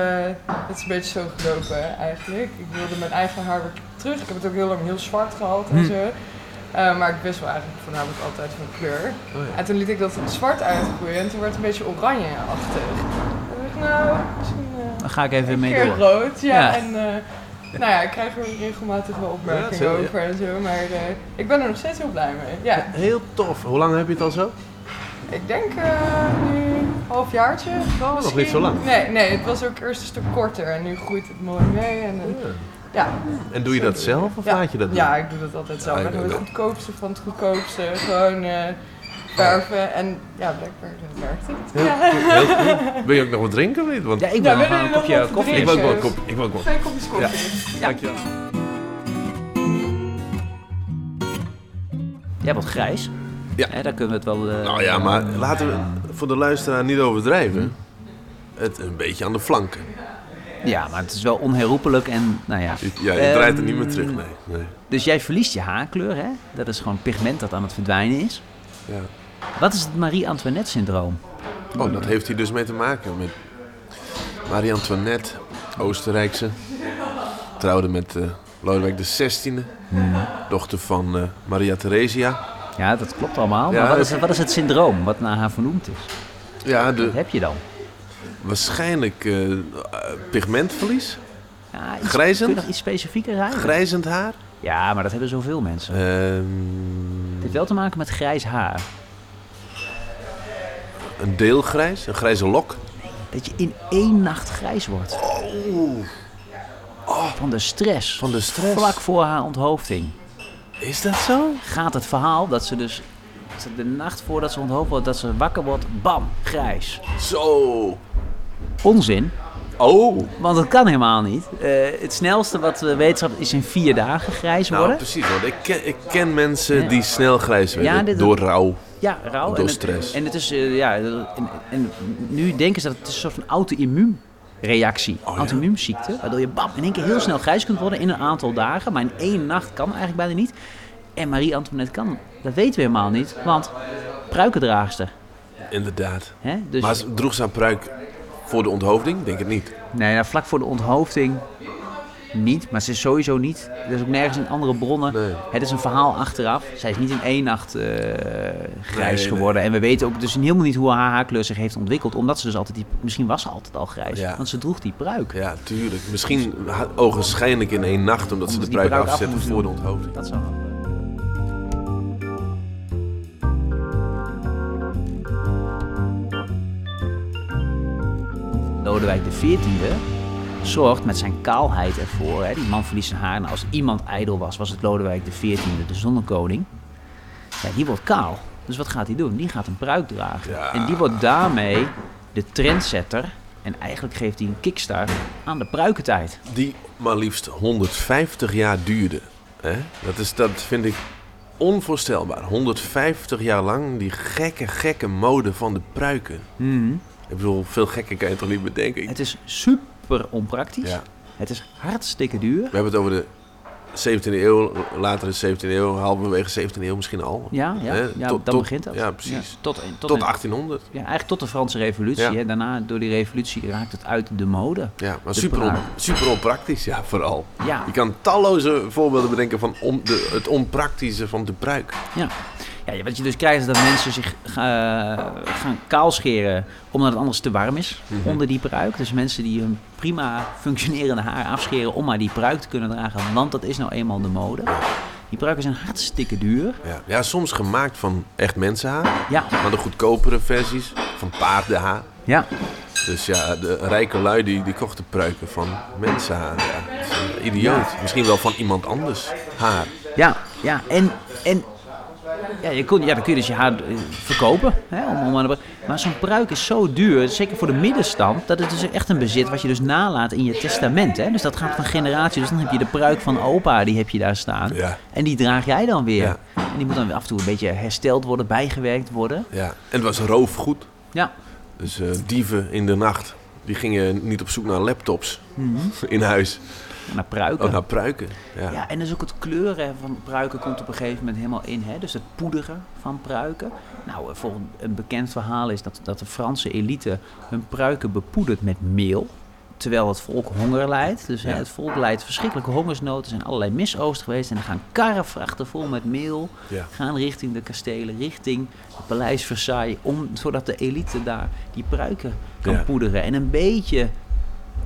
Speaker 4: dat is een beetje zo gelopen eigenlijk. Ik wilde mijn eigen haar weer terug. Ik heb het ook heel lang heel zwart gehad en zo. Eh, maar ik wist wel eigenlijk voornamelijk altijd van kleur.
Speaker 1: Oh ja.
Speaker 4: En toen liet ik dat zwart uitgroeien en toen werd het een beetje oranje-achtig. En toen dacht ik, nou, misschien eh,
Speaker 2: Dan ga ik even
Speaker 4: een
Speaker 2: mee
Speaker 4: keer
Speaker 2: door.
Speaker 4: rood. Ja,
Speaker 2: Ja.
Speaker 4: en eh, nou ja, ik krijg er regelmatig wel opmerkingen
Speaker 1: zo, ja.
Speaker 4: over en zo. Maar eh, ik ben er nog steeds heel blij mee. Ja,
Speaker 1: Heel tof. Hoe lang heb je het al zo?
Speaker 4: ik denk eh nu een halfjaartje.
Speaker 1: Oh, nog
Speaker 4: misschien.
Speaker 1: niet zo lang.
Speaker 4: Nee, nee, het was ook eerst een stuk korter en nu groeit het mooi mee. En, eh, ja.
Speaker 1: En doe je dat zelf of
Speaker 4: Ja.
Speaker 1: laat je dat doen?
Speaker 4: ja, ik doe dat altijd zelf.
Speaker 1: ik
Speaker 4: Ik ben
Speaker 1: ook.
Speaker 4: het goedkoopste van het goedkoopste. Gewoon eh verven en ja, blijkbaar werkt het.
Speaker 1: Heel, heel goed. Wil je ook nog wat drinken of niet? Want
Speaker 2: Ja, ik
Speaker 4: Ja,
Speaker 2: wil nog
Speaker 4: willen
Speaker 2: wel een
Speaker 4: jullie nog
Speaker 2: kopje
Speaker 4: wat
Speaker 2: koffie.
Speaker 1: ik wil ook wel een
Speaker 4: Jezus.
Speaker 1: kop. Ik wil ook wel.
Speaker 4: Twee kopjes koffie.
Speaker 1: Dankjewel.
Speaker 2: Ja, wat grijs.
Speaker 1: Ja.
Speaker 2: Hè, daar kunnen we het wel... eh,
Speaker 1: Nou ja, maar laten we voor de luisteraar niet overdrijven. Het een beetje aan de flanken.
Speaker 2: Ja, maar het is wel onherroepelijk en nou ja.
Speaker 1: Ja, je
Speaker 2: Ehm,
Speaker 1: draait er niet meer terug, nee. nee.
Speaker 2: Dus jij verliest je haarkleur, hè? Dat is gewoon pigment dat aan het verdwijnen is.
Speaker 1: Ja.
Speaker 2: Wat is het Marie-Antoinette-syndroom?
Speaker 1: Oh, dat heeft hij dus mee te maken met Marie Antoinette, Oostenrijkse. Trouwde met eh Lodewijk XVI, dochter van eh, Maria Theresia.
Speaker 2: Ja, dat klopt allemaal.
Speaker 1: Ja,
Speaker 2: maar wat is,
Speaker 1: dat-
Speaker 2: wat is het syndroom wat naar haar vernoemd is?
Speaker 1: Ja, de,
Speaker 2: Wat heb je dan?
Speaker 1: waarschijnlijk eh, eh, pigmentverlies,
Speaker 2: Ja, iets-
Speaker 1: Grijzend?
Speaker 2: Kun je nog iets specifieker zijn?
Speaker 1: grijzend haar.
Speaker 2: Ja, maar dat hebben zoveel mensen.
Speaker 1: Ehm,
Speaker 2: Het heeft wel te maken met grijs haar.
Speaker 1: een deelgrijs, een grijze lok.
Speaker 2: Dat je in één nacht grijs wordt. Van de stress.
Speaker 1: Oh. Van de stress.
Speaker 2: Vlak voor haar onthoofding.
Speaker 1: Is dat zo?
Speaker 2: gaat het verhaal dat ze dus ze de nacht voordat ze onthoofd wordt, dat ze wakker wordt, bam, grijs.
Speaker 1: Zo.
Speaker 2: Onzin,
Speaker 1: Oh.
Speaker 2: want dat kan helemaal niet. Eh, het snelste wat we wetenschap is in vier dagen grijs
Speaker 1: Nou,
Speaker 2: worden.
Speaker 1: precies. Want ik ken, ik ken mensen
Speaker 2: Ja.
Speaker 1: die snel grijs werden
Speaker 2: Ja, dit-
Speaker 1: door rouw.
Speaker 2: ja, rauw.
Speaker 1: door
Speaker 2: en het-
Speaker 1: stress.
Speaker 2: En het is, eh, ja, en, en nu denken ze dat het is een soort van auto-immuunreactie,
Speaker 1: Oh, ja.
Speaker 2: auto-immuunziekte, waardoor je bam, in één keer heel snel grijs kunt worden in een aantal dagen, maar in één nacht kan eigenlijk bijna niet. En Marie-Antoinette kan, dat weten we helemaal niet, want pruikendraagster.
Speaker 1: Inderdaad.
Speaker 2: Hè? Dus
Speaker 1: Maar ze- droeg ze haar pruik voor de onthoofding? Denk het niet.
Speaker 2: Nee, nou, vlak voor de onthoofding niet. Maar ze is sowieso niet. Er is ook nergens in andere bronnen.
Speaker 1: Nee.
Speaker 2: Het is een verhaal achteraf. Zij is niet in één nacht eh, grijs
Speaker 1: nee.
Speaker 2: geworden. En we weten ook dus helemaal niet hoe haar haarkleur zich heeft ontwikkeld. Omdat ze dus altijd die. Misschien was ze altijd al grijs.
Speaker 1: Ja.
Speaker 2: Want ze droeg die pruik.
Speaker 1: Ja, tuurlijk. Misschien ha- ogenschijnlijk in één nacht, omdat ze de
Speaker 2: Omdat
Speaker 1: pruik,
Speaker 2: die pruik af
Speaker 1: afzetten
Speaker 2: moest
Speaker 1: voor de
Speaker 2: doen.
Speaker 1: onthoofding.
Speaker 2: Dat zou wel. Lodewijk XIV zorgt met zijn kaalheid ervoor. Hè, die man verliest zijn haar. Nou, als iemand ijdel was, was het Lodewijk XIV, de zonnekoning. Ja, die wordt kaal. Dus wat gaat hij doen? Die gaat een pruik dragen.
Speaker 1: Ja.
Speaker 2: En die wordt daarmee de trendsetter. En eigenlijk geeft hij een kickstart aan de pruikentijd.
Speaker 1: Die maar liefst 150 jaar duurde. Hè? Dat, is, dat vind ik onvoorstelbaar. 150 jaar lang die gekke, gekke mode van de pruiken. Ik bedoel, veel gekker kan je toch niet bedenken? Ik-
Speaker 2: Het is super onpraktisch.
Speaker 1: Ja.
Speaker 2: Het is hartstikke duur.
Speaker 1: We hebben het over de 17e eeuw, later de 17e eeuw, halverwege 17e eeuw misschien al.
Speaker 2: Ja, ja,
Speaker 1: Hè?
Speaker 2: ja
Speaker 1: Tot-
Speaker 2: dan
Speaker 1: tot-
Speaker 2: begint dat.
Speaker 1: Ja, precies.
Speaker 2: Ja, tot, tot,
Speaker 1: Tot
Speaker 2: in-
Speaker 1: 1800.
Speaker 2: ja, eigenlijk tot de Franse revolutie.
Speaker 1: Ja.
Speaker 2: Hè. Daarna, door die revolutie, raakt het uit de mode.
Speaker 1: Ja, maar
Speaker 2: De
Speaker 1: super, on-
Speaker 2: pruik.
Speaker 1: super onpraktisch, ja, vooral.
Speaker 2: Ja.
Speaker 1: Je kan talloze voorbeelden bedenken van on- de, het onpraktische van de pruik.
Speaker 2: Ja. ja, wat je dus krijgt is dat mensen zich eh, gaan kaalscheren omdat het anders te warm is
Speaker 1: Mhm.
Speaker 2: onder die pruik. Dus mensen die hun prima functionerende haar afscheren om maar die pruik te kunnen dragen, want dat is nou eenmaal de mode. Die pruiken zijn hartstikke duur.
Speaker 1: Ja. ja, soms gemaakt van echt mensenhaar,
Speaker 2: Ja,
Speaker 1: maar de goedkopere versies van paardenhaar.
Speaker 2: ja.
Speaker 1: Dus ja, de rijke lui die, die kochten pruiken van mensenhaar. Ja. Dus, eh, een idioot. Misschien wel van iemand anders. Haar.
Speaker 2: Ja, ja. En, en ja, je kon, ja, dan kun je dus je haar eh, verkopen. Hè, om, om aan de, maar zo'n pruik is zo duur, zeker voor de middenstand, dat het dus echt een bezit wat je dus nalaat in je testament. Hè. Dus dat gaat van generatie. Dus dan heb je de pruik van opa, die heb je daar staan.
Speaker 1: Ja.
Speaker 2: En die draag jij dan weer.
Speaker 1: Ja.
Speaker 2: En die moet dan weer af en toe een beetje hersteld worden, bijgewerkt worden.
Speaker 1: Ja. En het was roofgoed.
Speaker 2: Ja.
Speaker 1: Dus eh, dieven in de nacht. Die gingen niet op zoek naar laptops in huis.
Speaker 2: Naar pruiken.
Speaker 1: Oh, naar pruiken. Mhm. Ja.
Speaker 2: Ja, en dus ook het kleuren van pruiken komt op een gegeven moment helemaal in. Hè? Dus het poederen van pruiken. Nou, eh, volgens een bekend verhaal is dat, dat de Franse elite hun pruiken bepoedert met meel. Terwijl het volk honger lijdt. Dus hè,
Speaker 1: Ja.
Speaker 2: het volk lijdt verschrikkelijke hongersnoten. Er zijn allerlei misoogsten geweest. En er gaan karrenvrachten vol met meel.
Speaker 1: Ja.
Speaker 2: Gaan richting de kastelen, richting het paleis Versailles. Om, zodat de elite daar die pruiken kan
Speaker 1: Ja.
Speaker 2: poederen. En een beetje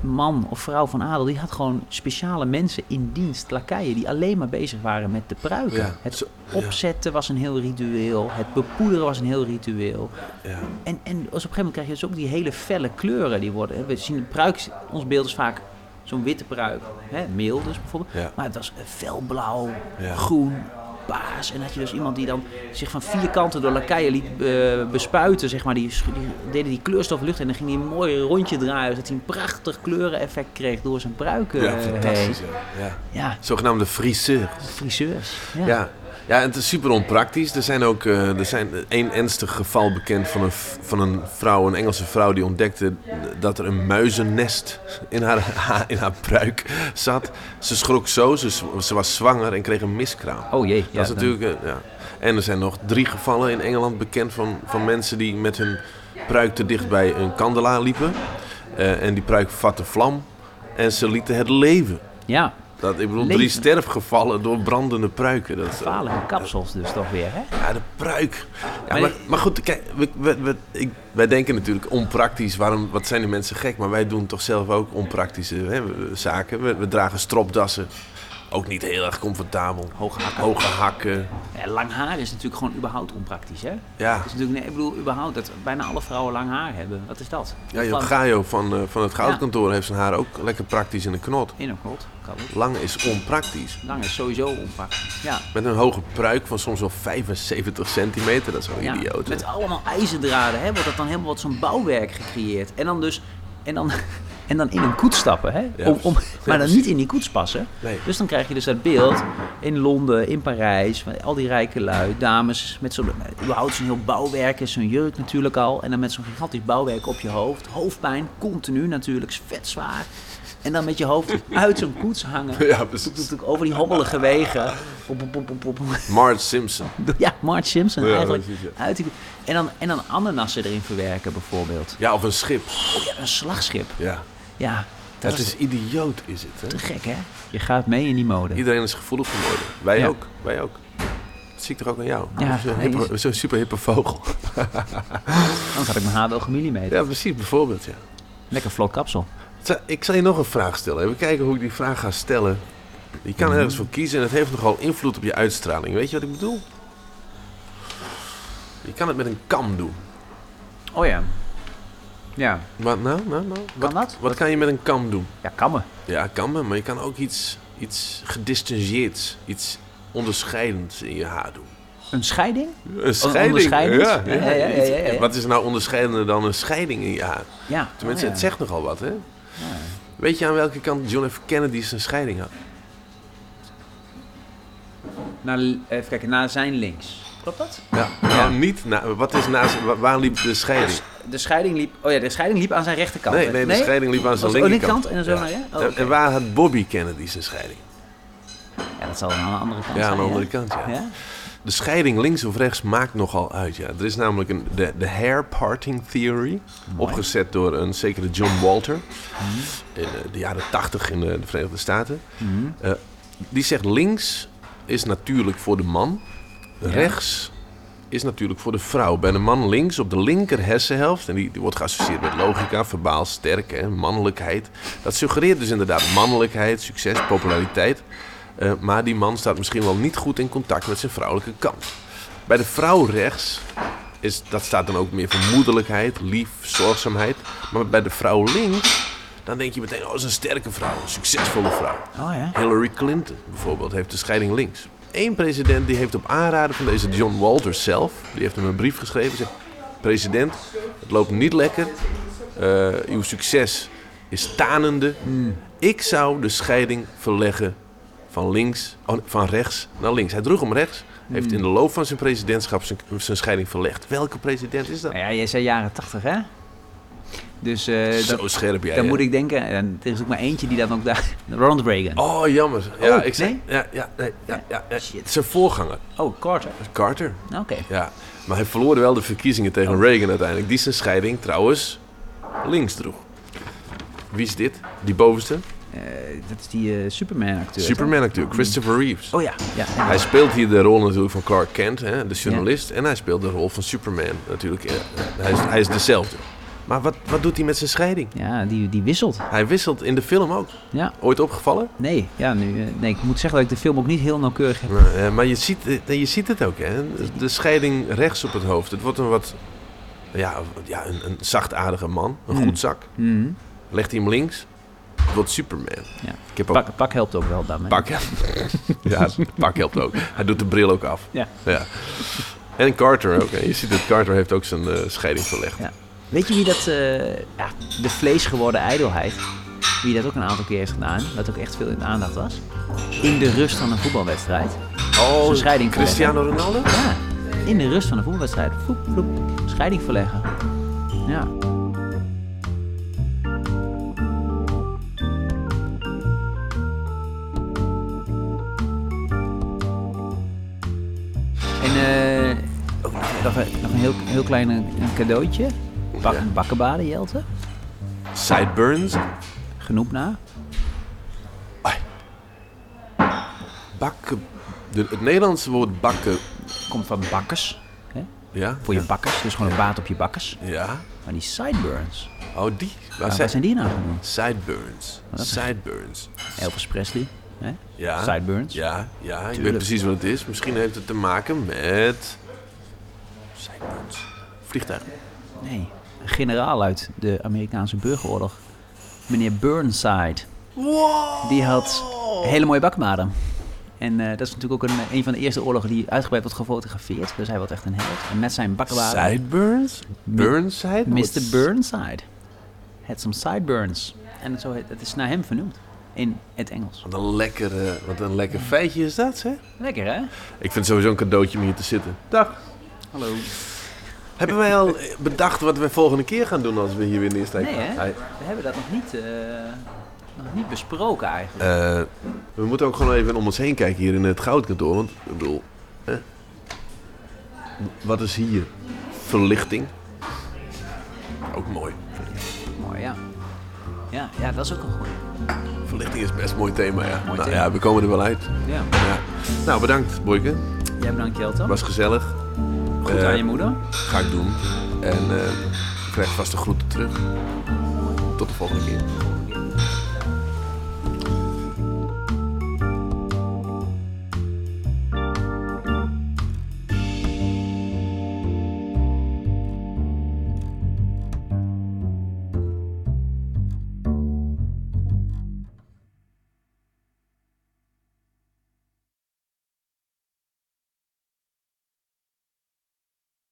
Speaker 2: man of vrouw van adel, die had gewoon speciale mensen in dienst, lakeien, die alleen maar bezig waren met de pruiken.
Speaker 1: Ja,
Speaker 2: Het
Speaker 1: zo-
Speaker 2: opzetten was een heel ritueel, het bepoederen was een heel ritueel.
Speaker 1: Ja.
Speaker 2: En, en als op een gegeven moment krijg je dus ook die hele felle kleuren die worden. We zien de pruik, ons beeld is vaak zo'n witte pruik, hè, meel dus bijvoorbeeld.
Speaker 1: Ja.
Speaker 2: Maar het was eh, felblauw,
Speaker 1: Ja.
Speaker 2: groen, paars. En had je dus iemand die dan zich van vier kanten door lakeien liet eh, bespuiten, zeg maar. Die, sch- die deden die kleurstof lucht en dan ging hij een mooi rondje draaien. Zodat hij een prachtig kleureneffect kreeg door zijn pruiken.
Speaker 1: Ja,
Speaker 2: eh,
Speaker 1: fantastisch.
Speaker 2: heen.
Speaker 1: hè. Ja.
Speaker 2: Ja,
Speaker 1: Zogenaamde friseur.
Speaker 2: friseurs. Ja.
Speaker 1: Ja. ja, en het is super onpraktisch. Er zijn ook eh, er zijn één ernstig geval bekend van een, v- van een vrouw, een Engelse vrouw, die ontdekte dat er een muizennest in haar, in haar pruik zat. Ze schrok zo, ze, z- ze was zwanger en kreeg een miskraam.
Speaker 2: Oh jee. Ja,
Speaker 1: dat is
Speaker 2: dan-
Speaker 1: natuurlijk, eh, ja. En er zijn nog drie gevallen in Engeland bekend van, van mensen die met hun pruik te dicht bij een kandelaar liepen. Eh, en die pruik vatte vlam en ze lieten het leven.
Speaker 2: Ja,
Speaker 1: Dat, ik bedoel, drie
Speaker 2: Leven.
Speaker 1: sterfgevallen door brandende pruiken. Dat, is-
Speaker 2: gevaarlijke kapsels dus toch weer, hè?
Speaker 1: ja, de pruik. Ja,
Speaker 2: Maar
Speaker 1: maar,
Speaker 2: die-
Speaker 1: maar goed, kijk, we, we, we- ik, wij denken natuurlijk onpraktisch. Waarom, wat zijn die mensen gek? Maar wij doen toch zelf ook onpraktische hè, we- zaken. We, we dragen stropdassen. Ook niet heel erg comfortabel.
Speaker 2: Hoge hakken.
Speaker 1: Hoge hakken.
Speaker 2: Ja, lang haar is natuurlijk gewoon überhaupt onpraktisch, hè?
Speaker 1: Ja,
Speaker 2: Dat is Dus natuurlijk, nee, ik bedoel, überhaupt dat bijna alle vrouwen lang haar hebben. Wat is dat?
Speaker 1: ja Joop
Speaker 2: Van-
Speaker 1: Gajo van, eh, van het Goudkantoor heeft zijn haar ook lekker praktisch in de knot.
Speaker 2: In een knot, nou, kan ook.
Speaker 1: Lang is onpraktisch.
Speaker 2: Lang is sowieso onpraktisch. Ja.
Speaker 1: Met een hoge pruik van soms wel 75 centimeter. Dat is wel
Speaker 2: ja.
Speaker 1: idioot. hè?
Speaker 2: Met allemaal ijzerdraden, hè? Wordt dat dan helemaal wat zo'n bouwwerk gecreëerd. En dan dus, en dan, en dan in een koets stappen, hè?
Speaker 1: Ja,
Speaker 2: om, om,
Speaker 1: precies.
Speaker 2: maar
Speaker 1: Ja,
Speaker 2: dan
Speaker 1: precies.
Speaker 2: niet in die koets passen.
Speaker 1: Nee.
Speaker 2: Dus dan krijg je dus dat beeld in Londen, in Parijs, van al die rijke lui, dames met zo'n, überhaupt zo'n heel bouwwerk en zo'n jurk natuurlijk al. En dan met zo'n gigantisch bouwwerk op je hoofd, hoofdpijn, continu natuurlijk, vet zwaar. En dan met je hoofd uit zo'n koets hangen.
Speaker 1: Ja, precies.
Speaker 2: Natuurlijk over die hobbelige wegen. Pop, pop, pop, pop, pop.
Speaker 1: Marge Simpson.
Speaker 2: Ja, Marge Simpson
Speaker 1: Ja,
Speaker 2: eigenlijk.
Speaker 1: precies, ja.
Speaker 2: Uit die- en, dan, en dan ananassen erin verwerken bijvoorbeeld.
Speaker 1: Ja, of een schip.
Speaker 2: Oh ja, een slagschip.
Speaker 1: Ja.
Speaker 2: Ja, dat,
Speaker 1: Het
Speaker 2: is
Speaker 1: is idioot, is het. Hè?
Speaker 2: te gek hè? Je gaat mee in die mode.
Speaker 1: Iedereen is gevoelig geworden. Wij
Speaker 2: Ja.
Speaker 1: ook. Wij ook. Dat zie ik toch ook aan jou.
Speaker 2: Ja,
Speaker 1: Ja, Zo'n
Speaker 2: nee,
Speaker 1: hippe- zo'n super hippe vogel.
Speaker 2: Anders had ik mijn haar wel gemillimeterd.
Speaker 1: Ja, precies. Bijvoorbeeld, ja.
Speaker 2: Lekker vlot kapsel.
Speaker 1: Za- Ik zal je nog een vraag stellen. Even kijken hoe ik die vraag ga stellen. Je kan
Speaker 2: Mhm.
Speaker 1: ergens voor kiezen en het heeft nogal invloed op je uitstraling. Weet je wat ik bedoel? Je kan het met een kam doen.
Speaker 2: Oh ja. Ja.
Speaker 1: Wat nou, nou, nou? Wat,
Speaker 2: Kan dat?
Speaker 1: wat kan je met een kam doen?
Speaker 2: Ja, kammen.
Speaker 1: Ja, kan me, maar je kan ook iets, iets gedistingeerds, iets onderscheidends in je haar doen.
Speaker 2: Een scheiding?
Speaker 1: Een scheiding.
Speaker 2: onderscheidend?
Speaker 1: Ja,
Speaker 2: Ja, ja, ja, ja, ja.
Speaker 1: Wat is nou onderscheidender dan een scheiding in je haar?
Speaker 2: Ja.
Speaker 1: Tenminste,
Speaker 2: Oh, ja.
Speaker 1: het zegt nogal wat, hè? Weet je aan welke kant John F. Kennedy zijn scheiding had?
Speaker 2: Naar, even kijken, naar zijn links. Klopt dat?
Speaker 1: Ja. Nou, niet. na- wat is naast, wa- waar liep de scheiding?
Speaker 2: De scheiding liep, oh ja, de scheiding liep aan zijn rechterkant.
Speaker 1: Nee,
Speaker 2: hè?
Speaker 1: nee, de scheiding liep aan zijn
Speaker 2: Was het- oh,
Speaker 1: linkerkant.
Speaker 2: linkerkant en dan zo naar je? Oh,
Speaker 1: En-
Speaker 2: oké.
Speaker 1: En waar had Bobby Kennedy zijn scheiding?
Speaker 2: Ja, dat zal dan aan de andere kant
Speaker 1: Ja,
Speaker 2: zijn.
Speaker 1: aan de
Speaker 2: hè?
Speaker 1: andere kant, ja.
Speaker 2: Ja?
Speaker 1: De scheiding links of rechts maakt nogal uit, ja. Er is namelijk een, de, de hair parting theory, opgezet door een zekere John Walter in eh, de jaren tachtig in eh, de Verenigde Staten. Eh, die zegt links is natuurlijk voor de man, rechts is natuurlijk voor de vrouw. Bij de man links op de linker hersenhelft, en die, die wordt geassocieerd met logica, verbaal sterk, hè, mannelijkheid. Dat suggereert dus inderdaad mannelijkheid, succes, populariteit. Eh, maar die man staat misschien wel niet goed in contact met zijn vrouwelijke kant. Bij de vrouw rechts, is, dat staat dan ook meer voor moederlijkheid, lief, zorgzaamheid. Maar bij de vrouw links dan denk je meteen, oh, dat is een sterke vrouw, een succesvolle vrouw.
Speaker 2: Oh ja.
Speaker 1: Hillary Clinton bijvoorbeeld heeft de scheiding links. Eén president die heeft op aanraden van deze John Walters zelf, die heeft hem een brief geschreven, zegt: president, het loopt niet lekker, Eh, uw succes is tanende. Ik zou de scheiding verleggen van links, oh, van rechts naar links. Hij droeg om rechts, heeft in de loop van zijn presidentschap zijn, zijn scheiding verlegd. Welke president is dat?
Speaker 2: Nou ja, jij zei jaren tachtig, hè? Dus eh, dat,
Speaker 1: Zo scherp jij.
Speaker 2: dan
Speaker 1: hè?
Speaker 2: moet ik denken, en er is ook maar eentje die dat ook daar... Ronald Reagan.
Speaker 1: Oh, jammer. Ja,
Speaker 2: Oh,
Speaker 1: ik zei-
Speaker 2: nee?
Speaker 1: Ja, ja, nee, ja, ja, ja.
Speaker 2: Shit.
Speaker 1: Zijn voorganger,
Speaker 2: Oh, Carter.
Speaker 1: Carter.
Speaker 2: Nou, Oké.
Speaker 1: Ja, maar hij verloor wel de verkiezingen tegen Reagan uiteindelijk. Die zijn scheiding trouwens links droeg. Wie is dit? Die bovenste?
Speaker 2: Eh, dat is die eh, Superman-acteur.
Speaker 1: Superman natuurlijk, Christopher Reeves.
Speaker 2: toch? Oh ja, ja. ja.
Speaker 1: Hij speelt hier de rol natuurlijk van Clark Kent, hè, de journalist. En hij speelt de rol van Superman natuurlijk. eh, eh, Hij is, hij is dezelfde. Maar wat, wat doet hij met zijn scheiding?
Speaker 2: Ja, die, die wisselt.
Speaker 1: Hij wisselt in de film ook.
Speaker 2: Ja,
Speaker 1: Ooit opgevallen?
Speaker 2: nee. Ja, nu, eh, nee, ik moet zeggen dat ik de film ook niet heel nauwkeurig heb.
Speaker 1: Nou, eh, maar je ziet, eh, je ziet het ook, hè? De scheiding rechts op het hoofd. Het wordt een wat... Ja, ja een, een zachtaardige man. Een
Speaker 2: Hmm.
Speaker 1: goed zak.
Speaker 2: Mhm.
Speaker 1: Legt hij hem links, het wordt Superman.
Speaker 2: Ja.
Speaker 1: Ik heb ook pak.
Speaker 2: Pak, pak helpt ook wel daarmee.
Speaker 1: ja, pak helpt ook. Hij doet de bril ook af.
Speaker 2: Ja.
Speaker 1: En Carter ook. hè. Je ziet dat Carter heeft ook zijn eh, scheiding verlegd.
Speaker 2: Ja. Weet je wie dat, eh, ja, de vleesgeworden ijdelheid, wie dat ook een aantal keer heeft gedaan, wat ook echt veel in de aandacht was? In de rust van een voetbalwedstrijd.
Speaker 1: Oh,
Speaker 2: Zijn scheiding
Speaker 1: Cristiano Ronaldo?
Speaker 2: Ja, in de rust van een voetbalwedstrijd. Vloep, vloep, scheiding verleggen. Ja. En eh, oh, nog, een- nog een heel, heel klein eh, cadeautje. Bak,
Speaker 1: Ja.
Speaker 2: Bakkenbaden, Jelte.
Speaker 1: Sideburns?
Speaker 2: Genoeg na.
Speaker 1: Bakken. De- het Nederlandse woord bakken.
Speaker 2: Komt van bakkers. Hè?
Speaker 1: Ja?
Speaker 2: Voor je bakkers. Dus gewoon een baat op je bakkers.
Speaker 1: Ja?
Speaker 2: Maar die sideburns.
Speaker 1: Oh, die. Waar
Speaker 2: Nou,
Speaker 1: zijn-
Speaker 2: wat zijn die nou genoemd?
Speaker 1: Sideburns.
Speaker 2: Wat?
Speaker 1: Sideburns.
Speaker 2: Elvis Presley. Hè?
Speaker 1: Ja.
Speaker 2: Sideburns.
Speaker 1: Ja, ja. Ik weet
Speaker 2: Tuurlijk.
Speaker 1: precies wat het is. Misschien heeft het te maken met... Sideburns. Vliegtuig.
Speaker 2: Nee, een generaal uit de Amerikaanse burgeroorlog. Meneer Burnside. Die had hele mooie bakmaden. En eh, dat is natuurlijk ook een, een van de eerste oorlogen die uitgebreid wordt gefotografeerd. Dus hij wordt echt een held. En met zijn bakkenwaden,
Speaker 1: Sideburns? Burnside?
Speaker 2: Mr. Burnside. Had some sideburns. En zo, heet- het is naar hem vernoemd. In het Engels.
Speaker 1: Wat een, lekkere, wat een lekker feitje is dat, hè?
Speaker 2: Lekker, hè?
Speaker 1: Ik vind het sowieso een cadeautje om hier te zitten. Dag.
Speaker 2: Hallo.
Speaker 1: Hebben wij al bedacht wat we volgende keer gaan doen als we hier weer neersteken?
Speaker 2: Nee, hè?
Speaker 1: Hij-
Speaker 2: We hebben dat nog niet, eh, nog niet besproken eigenlijk.
Speaker 1: eh, we moeten ook gewoon even om ons heen kijken hier in het goudkantoor. Want, ik bedoel... hè? Wat is hier? Verlichting. Ook mooi.
Speaker 2: Mooi, ja. ja. Ja, dat is ook een goeie.
Speaker 1: Verlichting is best een mooi thema, ja. nou
Speaker 2: thema.
Speaker 1: ja, we komen er wel uit.
Speaker 2: Ja.
Speaker 1: Ja. Nou, bedankt, Boyke.
Speaker 2: Jij bedankt, Jelte.
Speaker 1: Was gezellig.
Speaker 2: Goed
Speaker 1: Eh,
Speaker 2: aan je moeder.
Speaker 1: Ga ik doen. En eh ik krijg vast de groeten terug. Tot de volgende keer.